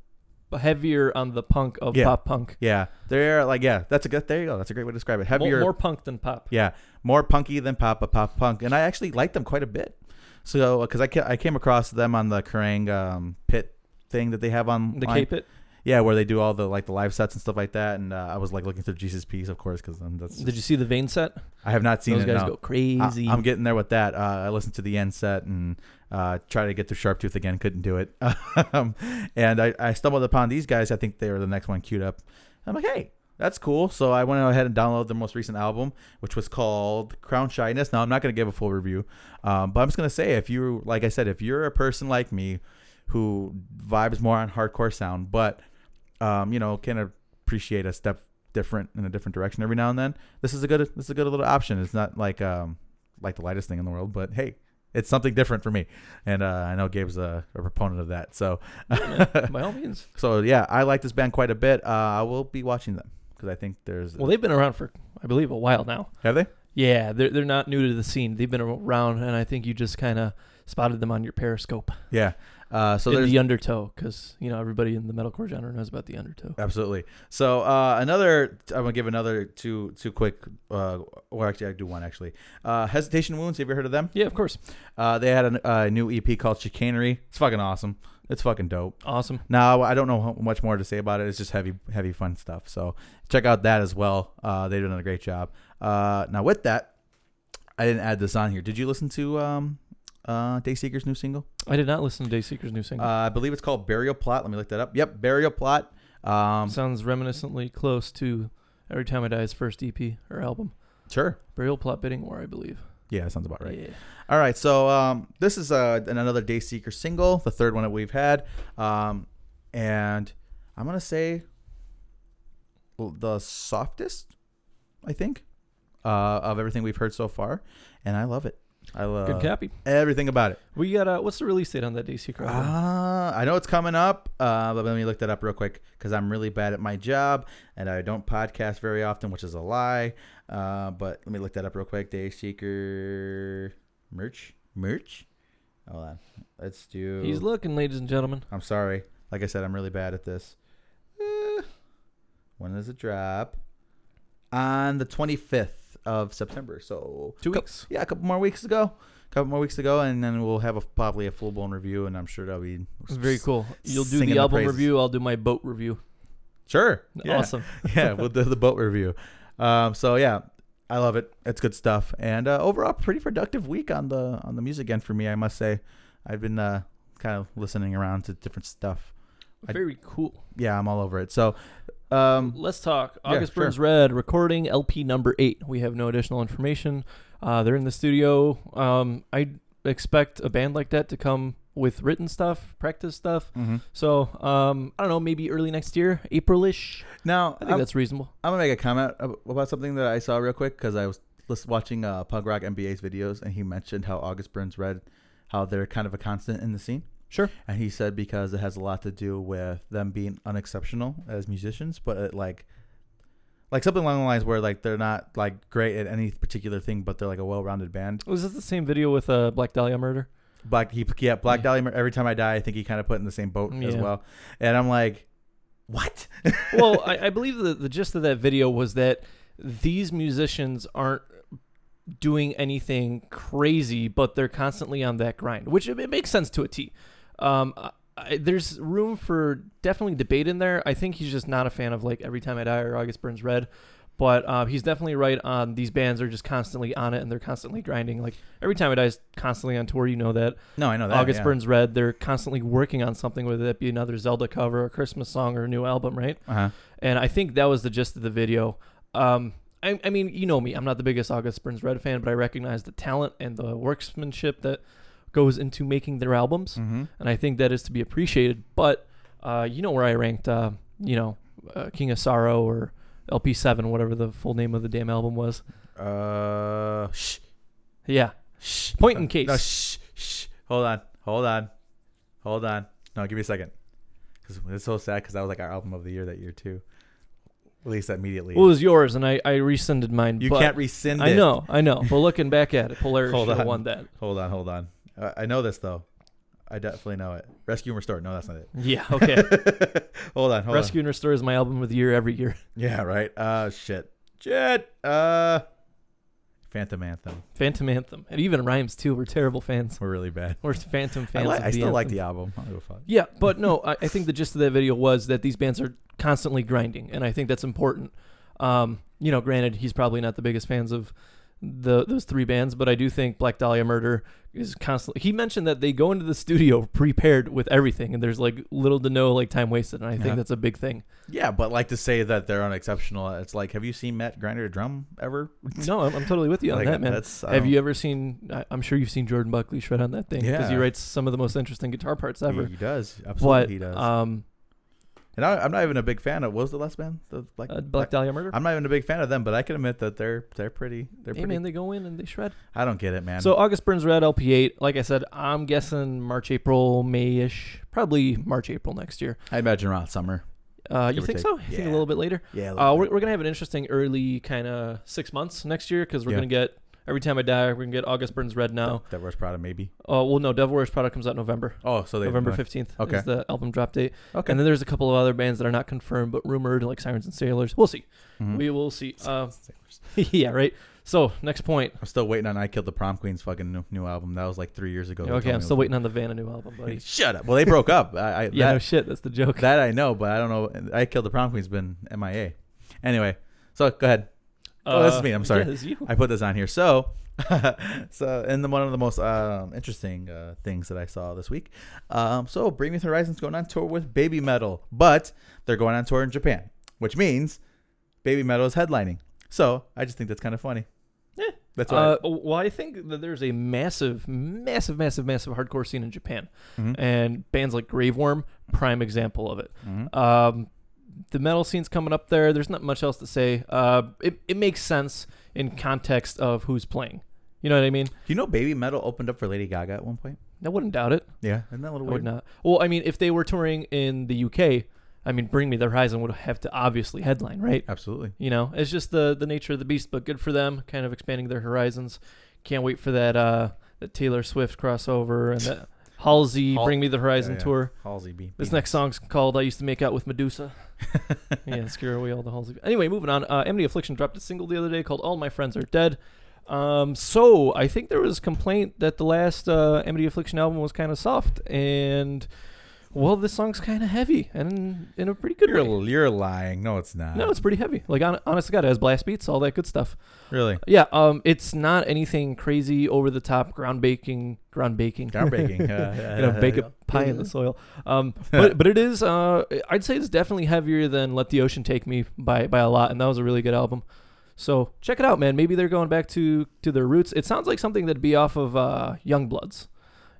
Speaker 1: heavier on the punk of
Speaker 2: Yeah.
Speaker 1: pop punk.
Speaker 2: Yeah, they're like yeah. That's a good. There you go. That's a great way to describe it.
Speaker 1: Mo-
Speaker 2: Heavier.
Speaker 1: more punk than pop.
Speaker 2: Yeah, more punky than pop, but pop punk, and I actually liked them quite a bit. So because I, ca- I came across them on the Kerrang um, pit thing that they have on
Speaker 1: The Cape It.
Speaker 2: yeah, where they do all the like the live sets and stuff like that, and uh, I was like looking through Jesus Peace, of course, because that's
Speaker 1: Did you see the Vein set?
Speaker 2: I have not seen
Speaker 1: Those
Speaker 2: it.
Speaker 1: guys
Speaker 2: no.
Speaker 1: go crazy.
Speaker 2: I, am getting there with that. Uh, I listened to the end set and uh, tried to get through Sharptooth again, couldn't do it. [LAUGHS] um, and I, I stumbled upon these guys. I think they were the next one queued up. I'm like, hey, that's cool. So I went ahead and downloaded their most recent album, which was called Crown Shyness. Now I'm not going to give a full review, um, but I'm just going to say if you, like I said, if you're a person like me who vibes more on hardcore sound, but um, you know, can appreciate a step different in a different direction every now and then. This is a good this is a good little option. It's not like um like the lightest thing in the world, but hey, it's something different for me. And uh, I know Gabe's a, a proponent of that. So
Speaker 1: By all means.
Speaker 2: so yeah, I like this band quite a bit. Uh, I will be watching them because I think there's
Speaker 1: Well, they've been around for, I believe, a while now.
Speaker 2: have they
Speaker 1: Yeah, they're they're not new to the scene. They've been around, and I think you just kind of spotted them on your Periscope
Speaker 2: yeah. Uh, so
Speaker 1: in
Speaker 2: there's
Speaker 1: the undertow, because you know everybody in the metalcore genre knows about the undertow.
Speaker 2: Absolutely. So uh, another, I'm gonna give another two two quick. Uh, well, actually, I do one actually. Uh, Hesitation Wounds. Have you heard of them?
Speaker 1: Yeah, of course.
Speaker 2: Uh, they had a, a new EP called Chicanery. It's fucking awesome. It's fucking dope.
Speaker 1: Awesome.
Speaker 2: Now I don't know how much more to say about it. It's just heavy, heavy fun stuff. So check out that as well. Uh, they did a great job. Uh, now with that, I didn't add this on here. Did you listen to um, uh, Dayseeker's new single?
Speaker 1: I did not listen to Dayseeker's new single.
Speaker 2: Uh, I believe it's called Burial Plot. Let me look that up. Yep, Burial Plot. Um,
Speaker 1: Sounds reminiscently close to Every Time I Die's first EP or album,
Speaker 2: sure.
Speaker 1: Burial Plot Bidding War, I believe.
Speaker 2: Yeah, that sounds about right.
Speaker 1: Yeah.
Speaker 2: All right, so um, this is uh, an- another Day Seeker single, the third one that we've had, um, and I'm gonna say l- the softest, I think, uh, of everything we've heard so far, and I love it. I love
Speaker 1: Good copy.
Speaker 2: everything about it.
Speaker 1: We got uh, what's the release date on that Dayseeker album?
Speaker 2: Uh, I know it's coming up, uh, but let me look that up real quick because I'm really bad at my job and I don't podcast very often, which is a lie. Uh, but let me look that up real quick. Day Seeker merch, merch. Hold on, let's do.
Speaker 1: He's looking, ladies and gentlemen.
Speaker 2: I'm sorry. Like I said, I'm really bad at this. Eh. When does it drop? On the 25th of September. So
Speaker 1: Two
Speaker 2: cou-
Speaker 1: weeks.
Speaker 2: yeah, a couple more weeks ago. couple more weeks ago, and then we'll have a, probably a full blown review, and I'm sure that'll be
Speaker 1: Very cool. You'll do
Speaker 2: Singing
Speaker 1: the
Speaker 2: the
Speaker 1: album
Speaker 2: praises.
Speaker 1: review. I'll do my boat review.
Speaker 2: Sure. Yeah.
Speaker 1: Awesome.
Speaker 2: [LAUGHS] yeah, we'll do the boat review. Um, so yeah, I love it. It's good stuff, and uh, overall, pretty productive week on the on the music end for me. I must say, I've been uh, kind of listening around to different stuff. I-
Speaker 1: Very cool.
Speaker 2: Yeah, I'm all over it. So, um,
Speaker 1: Let's talk.
Speaker 2: Yeah,
Speaker 1: August
Speaker 2: sure.
Speaker 1: Burns Red recording LP number eight. We have no additional information. Uh, they're in the studio. Um, I expect a band like that to come with written stuff, practice stuff.
Speaker 2: mhm.
Speaker 1: So um, I don't know, maybe early next year, Aprilish.
Speaker 2: now
Speaker 1: I think
Speaker 2: I'm-
Speaker 1: that's reasonable.
Speaker 2: I'm gonna make a comment ab- about something that I saw real quick because I was lis- watching uh, Pug Rock MBA's videos, and he mentioned how August Burns Red, how they're kind of a constant in the scene.
Speaker 1: Sure.
Speaker 2: And he said because it has a lot to do with them being unexceptional as musicians, but it, like, like something along the lines where like they're not like great at any particular thing, but they're like a well-rounded band.
Speaker 1: Was this the same video with uh, Black Dahlia murder?
Speaker 2: Black he yeah Black
Speaker 1: Yeah.
Speaker 2: Dahlia. Mur- Every time I die, I think he kind of put in the same boat as
Speaker 1: Yeah.
Speaker 2: well. And I'm like, what?
Speaker 1: well, I, I believe the, the gist of that video was that these musicians aren't doing anything crazy, but they're constantly on that grind, which it, it makes sense to a T. Um, I, I, there's room for definitely debate in there. I think he's just not a fan of like Every Time I Die or August Burns Red. But uh, he's definitely right on these bands are just constantly on it and they're constantly grinding. Like every time I die is constantly on tour, you know that.
Speaker 2: [LAUGHS] No, I know Oh, that.
Speaker 1: August
Speaker 2: yeah.
Speaker 1: Burns Red, they're constantly working on something, whether that be another Zelda cover, a Christmas song, or a new album, right?
Speaker 2: Uh-huh.
Speaker 1: and I think that was the gist of the video. Um, I, I mean, you know me, I'm not the biggest August Burns Red fan, but I recognize the talent and the workmanship that goes into making their albums,
Speaker 2: Mm-hmm.
Speaker 1: and I think that is to be appreciated. But uh, you know where I ranked, uh, you know, uh, King of Sorrow or LP7, whatever the full name of the damn album was.
Speaker 2: Uh, shh,
Speaker 1: Yeah,
Speaker 2: shh.
Speaker 1: Point in case.
Speaker 2: No, shh, shh. Hold on, hold on, hold on. No, give me a second. Because it's so sad. Because that was like our album of the year that year too. Released that immediately.
Speaker 1: well, it was yours, and I, I rescinded mine.
Speaker 2: you
Speaker 1: but
Speaker 2: can't rescind
Speaker 1: I
Speaker 2: it.
Speaker 1: know, I know.
Speaker 2: [LAUGHS]
Speaker 1: But looking back at it, Polaris
Speaker 2: Hold
Speaker 1: should
Speaker 2: on.
Speaker 1: have
Speaker 2: [LAUGHS]
Speaker 1: won that.
Speaker 2: Hold on, hold on. Uh, I know this though. I definitely know it. Rescue and restore. No, that's not it.
Speaker 1: Yeah, okay.
Speaker 2: [LAUGHS] Hold on, hold
Speaker 1: Rescue and Restore is my album of the year every year.
Speaker 2: on. Yeah, right. Uh, shit, shit. Uh, Phantom Anthem.
Speaker 1: Phantom Anthem. It even rhymes too. We're terrible fans.
Speaker 2: We're really bad.
Speaker 1: We're Phantom
Speaker 2: I,
Speaker 1: fans.
Speaker 2: li-
Speaker 1: of
Speaker 2: I still like the
Speaker 1: anthem.
Speaker 2: album. I don't give a fuck.
Speaker 1: Yeah, but no, I, I think the gist of that video was that these bands are constantly grinding, and I think that's important. Um, you know, granted, he's probably not the biggest fans of the those three bands, but I do think Black Dahlia Murder is constantly. He mentioned that they go into the studio prepared with everything, and there's like little to no like time wasted, and I
Speaker 2: Yeah.
Speaker 1: think that's a
Speaker 2: [LAUGHS]
Speaker 1: big thing.
Speaker 2: Yeah, but like to say that they're unexceptional. It's like, have you seen Matt Grinder drum ever?
Speaker 1: No, I'm, I'm totally with you on
Speaker 2: Like,
Speaker 1: that, man.
Speaker 2: That's, I
Speaker 1: Have
Speaker 2: don't-
Speaker 1: you ever seen? I, I'm sure you've seen Jordan Buckley shred on that thing because he
Speaker 2: Yeah.
Speaker 1: writes some of the most interesting guitar parts
Speaker 2: he-
Speaker 1: ever.
Speaker 2: He does. Absolutely,
Speaker 1: But
Speaker 2: he does.
Speaker 1: um,
Speaker 2: And I, I'm not even a big fan of what was the last band? The Black,
Speaker 1: Uh, Black Dahlia Murder.
Speaker 2: I'm not even a big fan of them, but I can admit that they're they're pretty. They're
Speaker 1: hey
Speaker 2: pretty.
Speaker 1: man, they go in and they shred.
Speaker 2: I don't get it, man.
Speaker 1: So August Burns Red LP8. Like I said, I'm guessing March, April, May-ish. Probably March, April next year.
Speaker 2: I imagine around summer.
Speaker 1: Uh, you
Speaker 2: Give or
Speaker 1: think
Speaker 2: take.
Speaker 1: so? You think a
Speaker 2: Yeah.
Speaker 1: little bit later?
Speaker 2: Yeah.
Speaker 1: Uh, we're, we're gonna have an interesting early kind of six months next year because we're
Speaker 2: Yeah.
Speaker 1: gonna get every time I die, we're gonna get August Burns Red now.
Speaker 2: that was proud of maybe.
Speaker 1: Uh, well, no, Devil Wears Prada comes out November.
Speaker 2: Oh, so they
Speaker 1: November fifteenth
Speaker 2: Okay.
Speaker 1: is the album drop date.
Speaker 2: Okay.
Speaker 1: And then there's a couple of other bands that are not confirmed but rumored, like Sirens and Sailors. We'll see.
Speaker 2: Mhm.
Speaker 1: We will see. Uh, [LAUGHS] yeah, right. So next point.
Speaker 2: I'm still waiting on I Killed the Prom Queen's fucking new, new album. That was like three years ago. They
Speaker 1: okay,
Speaker 2: told
Speaker 1: I'm
Speaker 2: me it
Speaker 1: still
Speaker 2: was-
Speaker 1: waiting on the Vanna new album,
Speaker 2: [LAUGHS]
Speaker 1: buddy.
Speaker 2: Shut up. Well, they broke up. I, I,
Speaker 1: [LAUGHS] yeah,
Speaker 2: that,
Speaker 1: no shit. That's the joke.
Speaker 2: that I know, but I don't know. I Killed the Prom Queen's been MIA. Anyway, so go ahead. [LAUGHS] oh, this is
Speaker 1: [LAUGHS]
Speaker 2: me. I'm sorry.
Speaker 1: Yeah, this is Uh, you.
Speaker 2: I put this on here. So, [LAUGHS] so and then one of the most um, interesting uh, things that I saw this week. Um, so, Bring Me the Horizon's going on tour with Baby Metal, but they're going on tour in Japan, which means Baby Metal is headlining. So, I just think that's kind of funny.
Speaker 1: Yeah.
Speaker 2: that's why.
Speaker 1: Uh, well, I think that there's a massive, massive, massive, massive hardcore scene in Japan,
Speaker 2: Mhm.
Speaker 1: and bands like Graveworm, prime example of it.
Speaker 2: Mm-hmm.
Speaker 1: Um, the metal scene's coming up there. There's not much else to say. Uh, it, it makes sense in context of who's playing. You know what I mean?
Speaker 2: Do you know Baby Metal opened up for Lady Gaga at one point?
Speaker 1: I wouldn't doubt it.
Speaker 2: Yeah, isn't that a little
Speaker 1: I would
Speaker 2: weird?
Speaker 1: not. Well, I mean, if they were touring in the UK, I mean, Bring Me the Horizon would have to obviously headline, right?
Speaker 2: Absolutely.
Speaker 1: You know, it's just the the nature of the beast, but good for them, kind of expanding their horizons. Can't wait for that uh that Taylor Swift crossover and
Speaker 2: [LAUGHS]
Speaker 1: that Halsey
Speaker 2: Hal-
Speaker 1: Bring Me the
Speaker 2: Oh,
Speaker 1: Horizon
Speaker 2: Yeah, yeah.
Speaker 1: tour.
Speaker 2: Halsey B.
Speaker 1: This next song's called "I Used to Make Out
Speaker 2: [LAUGHS]
Speaker 1: with Medusa." yeah, scare away all the Halsey. Anyway, moving on. Uh, Amity Affliction dropped a single the other day called "All My Friends Are Dead." Um, so I think there was complaint that the last uh, Amity Affliction album was kind of soft, and well, this song's kind of heavy and in a pretty good way.
Speaker 2: You're, you're lying. No, it's not.
Speaker 1: No, it's pretty heavy. Like on, honest to God, it has blast beats, all that good stuff. [LAUGHS]
Speaker 2: really
Speaker 1: Yeah, um, it's not anything crazy, over the top, ground baking, ground baking,
Speaker 2: ground breaking.
Speaker 1: [LAUGHS] Uh,
Speaker 2: [LAUGHS]
Speaker 1: you
Speaker 2: uh,
Speaker 1: know, bake a pie in the
Speaker 2: Mm-hmm.
Speaker 1: soil. Um, but but it is. Uh, I'd say it's definitely heavier than "Let the Ocean Take Me" by by a lot, and that was a really good album. So check it out, man. Maybe they're going back to to their roots. It sounds like something that'd be off of uh, Youngbloods,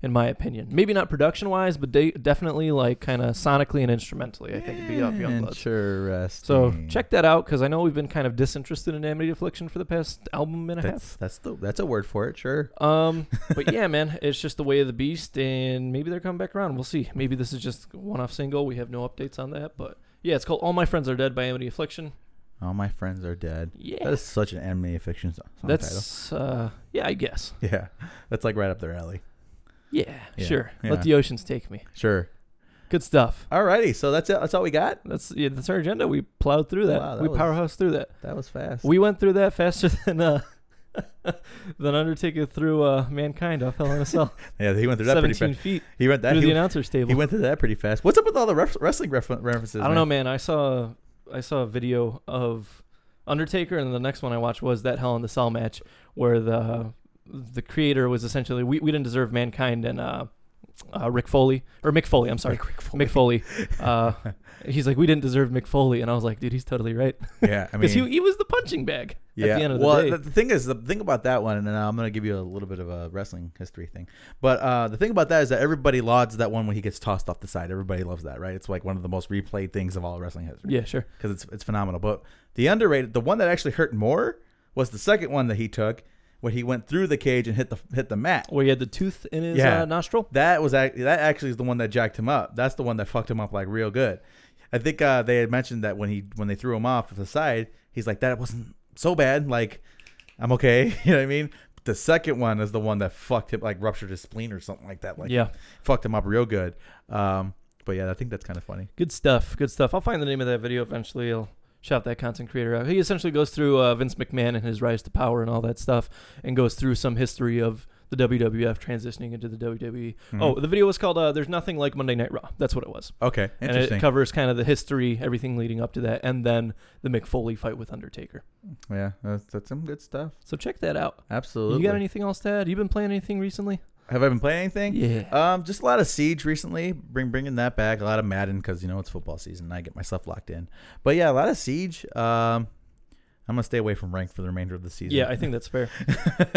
Speaker 1: in my opinion. Maybe not production wise, but de- definitely like kind of sonically and instrumentally. I think it'd be off Youngbloods.
Speaker 2: Interesting.
Speaker 1: So check that out because I know we've been kind of disinterested in Amity Affliction for the past album and a half.
Speaker 2: That's that's the that's a word for it. Sure.
Speaker 1: Um,
Speaker 2: [LAUGHS]
Speaker 1: but yeah, man, it's just the way of the beast, and maybe they're coming back around. We'll see. Maybe this is just one-off single. We have no updates on that, but yeah, it's called "All My Friends Are Dead" by Amity Affliction.
Speaker 2: All my friends are dead. That
Speaker 1: Yeah,
Speaker 2: is such an anime fiction song song
Speaker 1: that's uh, yeah, I guess.
Speaker 2: title. [LAUGHS] Yeah, that's like right up their alley.
Speaker 1: Yeah,
Speaker 2: Yeah,
Speaker 1: sure.
Speaker 2: yeah.
Speaker 1: Let the oceans take me.
Speaker 2: Sure.
Speaker 1: Good stuff.
Speaker 2: Alrighty, so that's it. That's all we got.
Speaker 1: That's yeah, that's our agenda. We plowed through that.
Speaker 2: Wow, that
Speaker 1: we
Speaker 2: was-
Speaker 1: powerhouse through that.
Speaker 2: That was fast.
Speaker 1: We went through that faster [LAUGHS] than uh, than Undertaker through uh, mankind off Hell in a Cell.
Speaker 2: yeah, he went through that pretty
Speaker 1: Seventeen
Speaker 2: fast.
Speaker 1: feet
Speaker 2: He went that.
Speaker 1: through
Speaker 2: He,
Speaker 1: the
Speaker 2: went-
Speaker 1: announcer's table.
Speaker 2: he went through that pretty fast. What's up with all the ref- wrestling ref- references?
Speaker 1: I don't know, man. I saw I saw a video of Undertaker, and then the next one I watched was that Hell in the Cell match where the the creator was essentially we, we didn't deserve mankind and uh, uh Rick Foley or Mick Foley. I'm sorry, Mick Foley. Uh, he's like we didn't deserve Mick Foley, and I was like, dude, he's totally right
Speaker 2: Yeah, I mean,
Speaker 1: because he he was the punching bag.
Speaker 2: yeah.
Speaker 1: At the end of
Speaker 2: well,
Speaker 1: the day.
Speaker 2: the thing is, the thing about that one, and I'm gonna give you a little bit of a wrestling history thing. But uh, the thing about that is that everybody lauds that one when he gets tossed off the side. Everybody loves that, right? It's like one of the most replayed things of all wrestling history.
Speaker 1: yeah, sure.
Speaker 2: because it's it's phenomenal. But the underrated, the one that actually hurt more was the second one that he took when he went through the cage and hit the hit the mat.
Speaker 1: Where he had the tooth in his
Speaker 2: Yeah.
Speaker 1: uh, nostril.
Speaker 2: That was act- that actually is the one that jacked him up. That's the one that fucked him up like real good. I think uh, they had mentioned that when he when they threw him off the side, he's like that wasn't so bad. Like I'm okay, [LAUGHS] you know what I mean. But The second one is the one that fucked him, like ruptured his spleen or something like that. Like,
Speaker 1: Yeah.
Speaker 2: fucked him up real good. Um, but yeah, I think that's kind of funny.
Speaker 1: Good stuff. Good stuff. I'll find the name of that video eventually. I'll shout that content creator out. He essentially goes through uh, Vince McMahon and his rise to power and all that stuff, and goes through some history of the WWF transitioning into the WWE.
Speaker 2: Mm-hmm.
Speaker 1: Oh, the video was called uh, "There's Nothing Like Monday Night Raw." That's what it was,
Speaker 2: Okay,
Speaker 1: and it
Speaker 2: interesting.
Speaker 1: covers kind of the history, everything leading up to that, and then the McFoley fight with Undertaker.
Speaker 2: yeah, that's, that's some good stuff.
Speaker 1: So check that out.
Speaker 2: Absolutely.
Speaker 1: You got anything else to add? You been playing anything recently?
Speaker 2: Have I been playing anything?
Speaker 1: Yeah.
Speaker 2: Um, just a lot of Siege recently. Bring bringing that back. A lot of Madden because you know it's football season. And I get myself locked in. But yeah, a lot of Siege. Um, I'm gonna stay away from rank for the remainder of the season.
Speaker 1: Yeah,
Speaker 2: [LAUGHS]
Speaker 1: I think that's fair.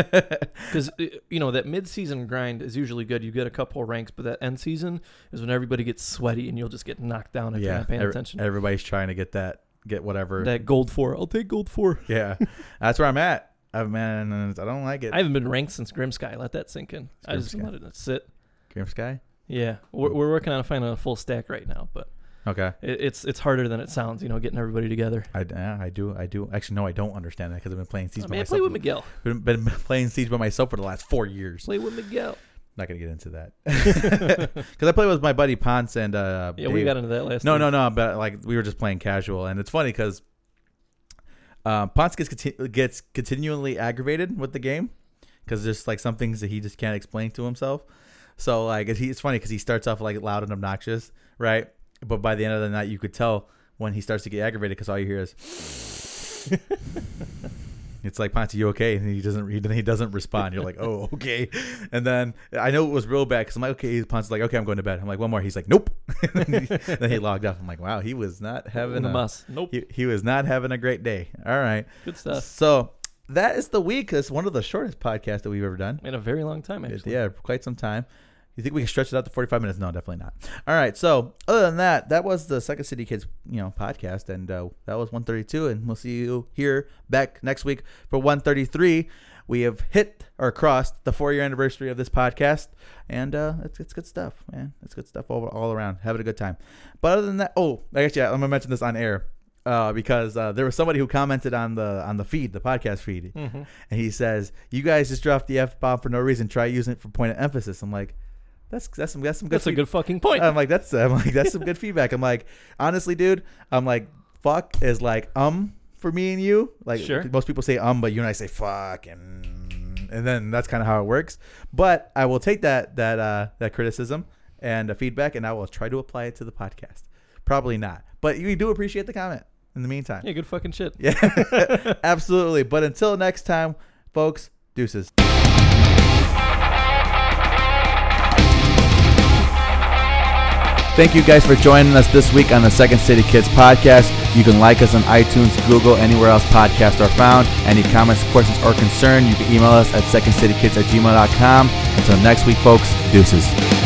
Speaker 1: Because you know that mid-season grind is usually good. You get a couple ranks, but that end season is when everybody gets sweaty and you'll just get knocked down if you're
Speaker 2: yeah,
Speaker 1: not paying
Speaker 2: ev-
Speaker 1: attention.
Speaker 2: everybody's trying to get that, get whatever.
Speaker 1: that gold four, I'll take gold four.
Speaker 2: [LAUGHS] yeah, that's where I'm at. I man, I don't like it.
Speaker 1: I haven't been ranked since Grim Sky. Let that sink in. I just
Speaker 2: Grim
Speaker 1: let it sit.
Speaker 2: Grim Sky.
Speaker 1: Yeah, we're, we're working on finding a full stack right now, but
Speaker 2: Okay,
Speaker 1: it, it's it's harder than it sounds. You know, getting everybody together.
Speaker 2: I, yeah, I do, I do. Actually, no, I don't understand that because I've been playing Siege
Speaker 1: I
Speaker 2: by
Speaker 1: mean, I
Speaker 2: myself.
Speaker 1: play with Miguel.
Speaker 2: been, been [LAUGHS] playing Siege by myself for the last four years.
Speaker 1: Play with Miguel.
Speaker 2: Not gonna get into that [LAUGHS] because I play with my buddy Ponce and uh.
Speaker 1: [LAUGHS] Yeah, we
Speaker 2: Dave.
Speaker 1: got into that last.
Speaker 2: No,
Speaker 1: week.
Speaker 2: no, no. But like we were just playing casual, and it's funny because uh, Ponce gets conti- gets continually aggravated with the game because there's like some things that he just can't explain to himself. So like it's, he- it's funny because he starts off like loud and obnoxious, right? But by the end of the night, you could tell when he starts to get aggravated because all you hear is.
Speaker 1: [LAUGHS]
Speaker 2: It's like Ponce, you okay? And he doesn't read, and he doesn't respond. You're like, oh, [LAUGHS] okay. And then I know it was real bad because I'm like, okay, Ponce is like, okay, I'm going to bed. I'm like, one more. He's like, nope. [LAUGHS] then he logged off. I'm like, wow, he was not having
Speaker 1: With
Speaker 2: a
Speaker 1: Mas. Nope.
Speaker 2: he, he was not having a great day. All right,
Speaker 1: Good stuff.
Speaker 2: so that is the week. It's one of the shortest podcasts that we've ever done.
Speaker 1: In a very long time, actually.
Speaker 2: Yeah, quite some time. You think we can stretch it out to 45 minutes? No, definitely not. All right. So, other than that, that was the Second City Kids, you know, podcast, and uh, that was 132. And we'll see you here back next week for 133. We have hit or crossed the four-year anniversary of this podcast, and uh, it's, it's good stuff, man. It's good stuff all, all around. Having a good time. But other than that, oh, actually, I'm gonna mention this on air uh, because uh, there was somebody who commented on the on the feed, the podcast feed,
Speaker 1: Mm-hmm.
Speaker 2: and he says, "You guys just dropped the f bomb for no reason. Try using it for point of emphasis." I'm like, "That's that's some that's some good
Speaker 1: That's a
Speaker 2: feed-
Speaker 1: good fucking point.
Speaker 2: I'm like, "That's I'm like that's some good feedback." I'm like, honestly, dude, I'm like, "Fuck" is like um for me and you. Like
Speaker 1: Sure.
Speaker 2: most people say um, but you and I say fuck and and then that's kind of how it works. But I will take that that uh, that criticism and uh, feedback, and I will try to apply it to the podcast. Probably not, but you do appreciate the comment. In the meantime,
Speaker 1: yeah, good fucking shit.
Speaker 2: yeah, [LAUGHS] absolutely. But until next time, folks, deuces. Thank you guys for joining us this week on the Second City Kids podcast. You can like us on iTunes, Google, anywhere else podcasts are found. Any comments, questions, or concern, you can email us at secondcitykids at gmail.com. Until next week, folks, deuces.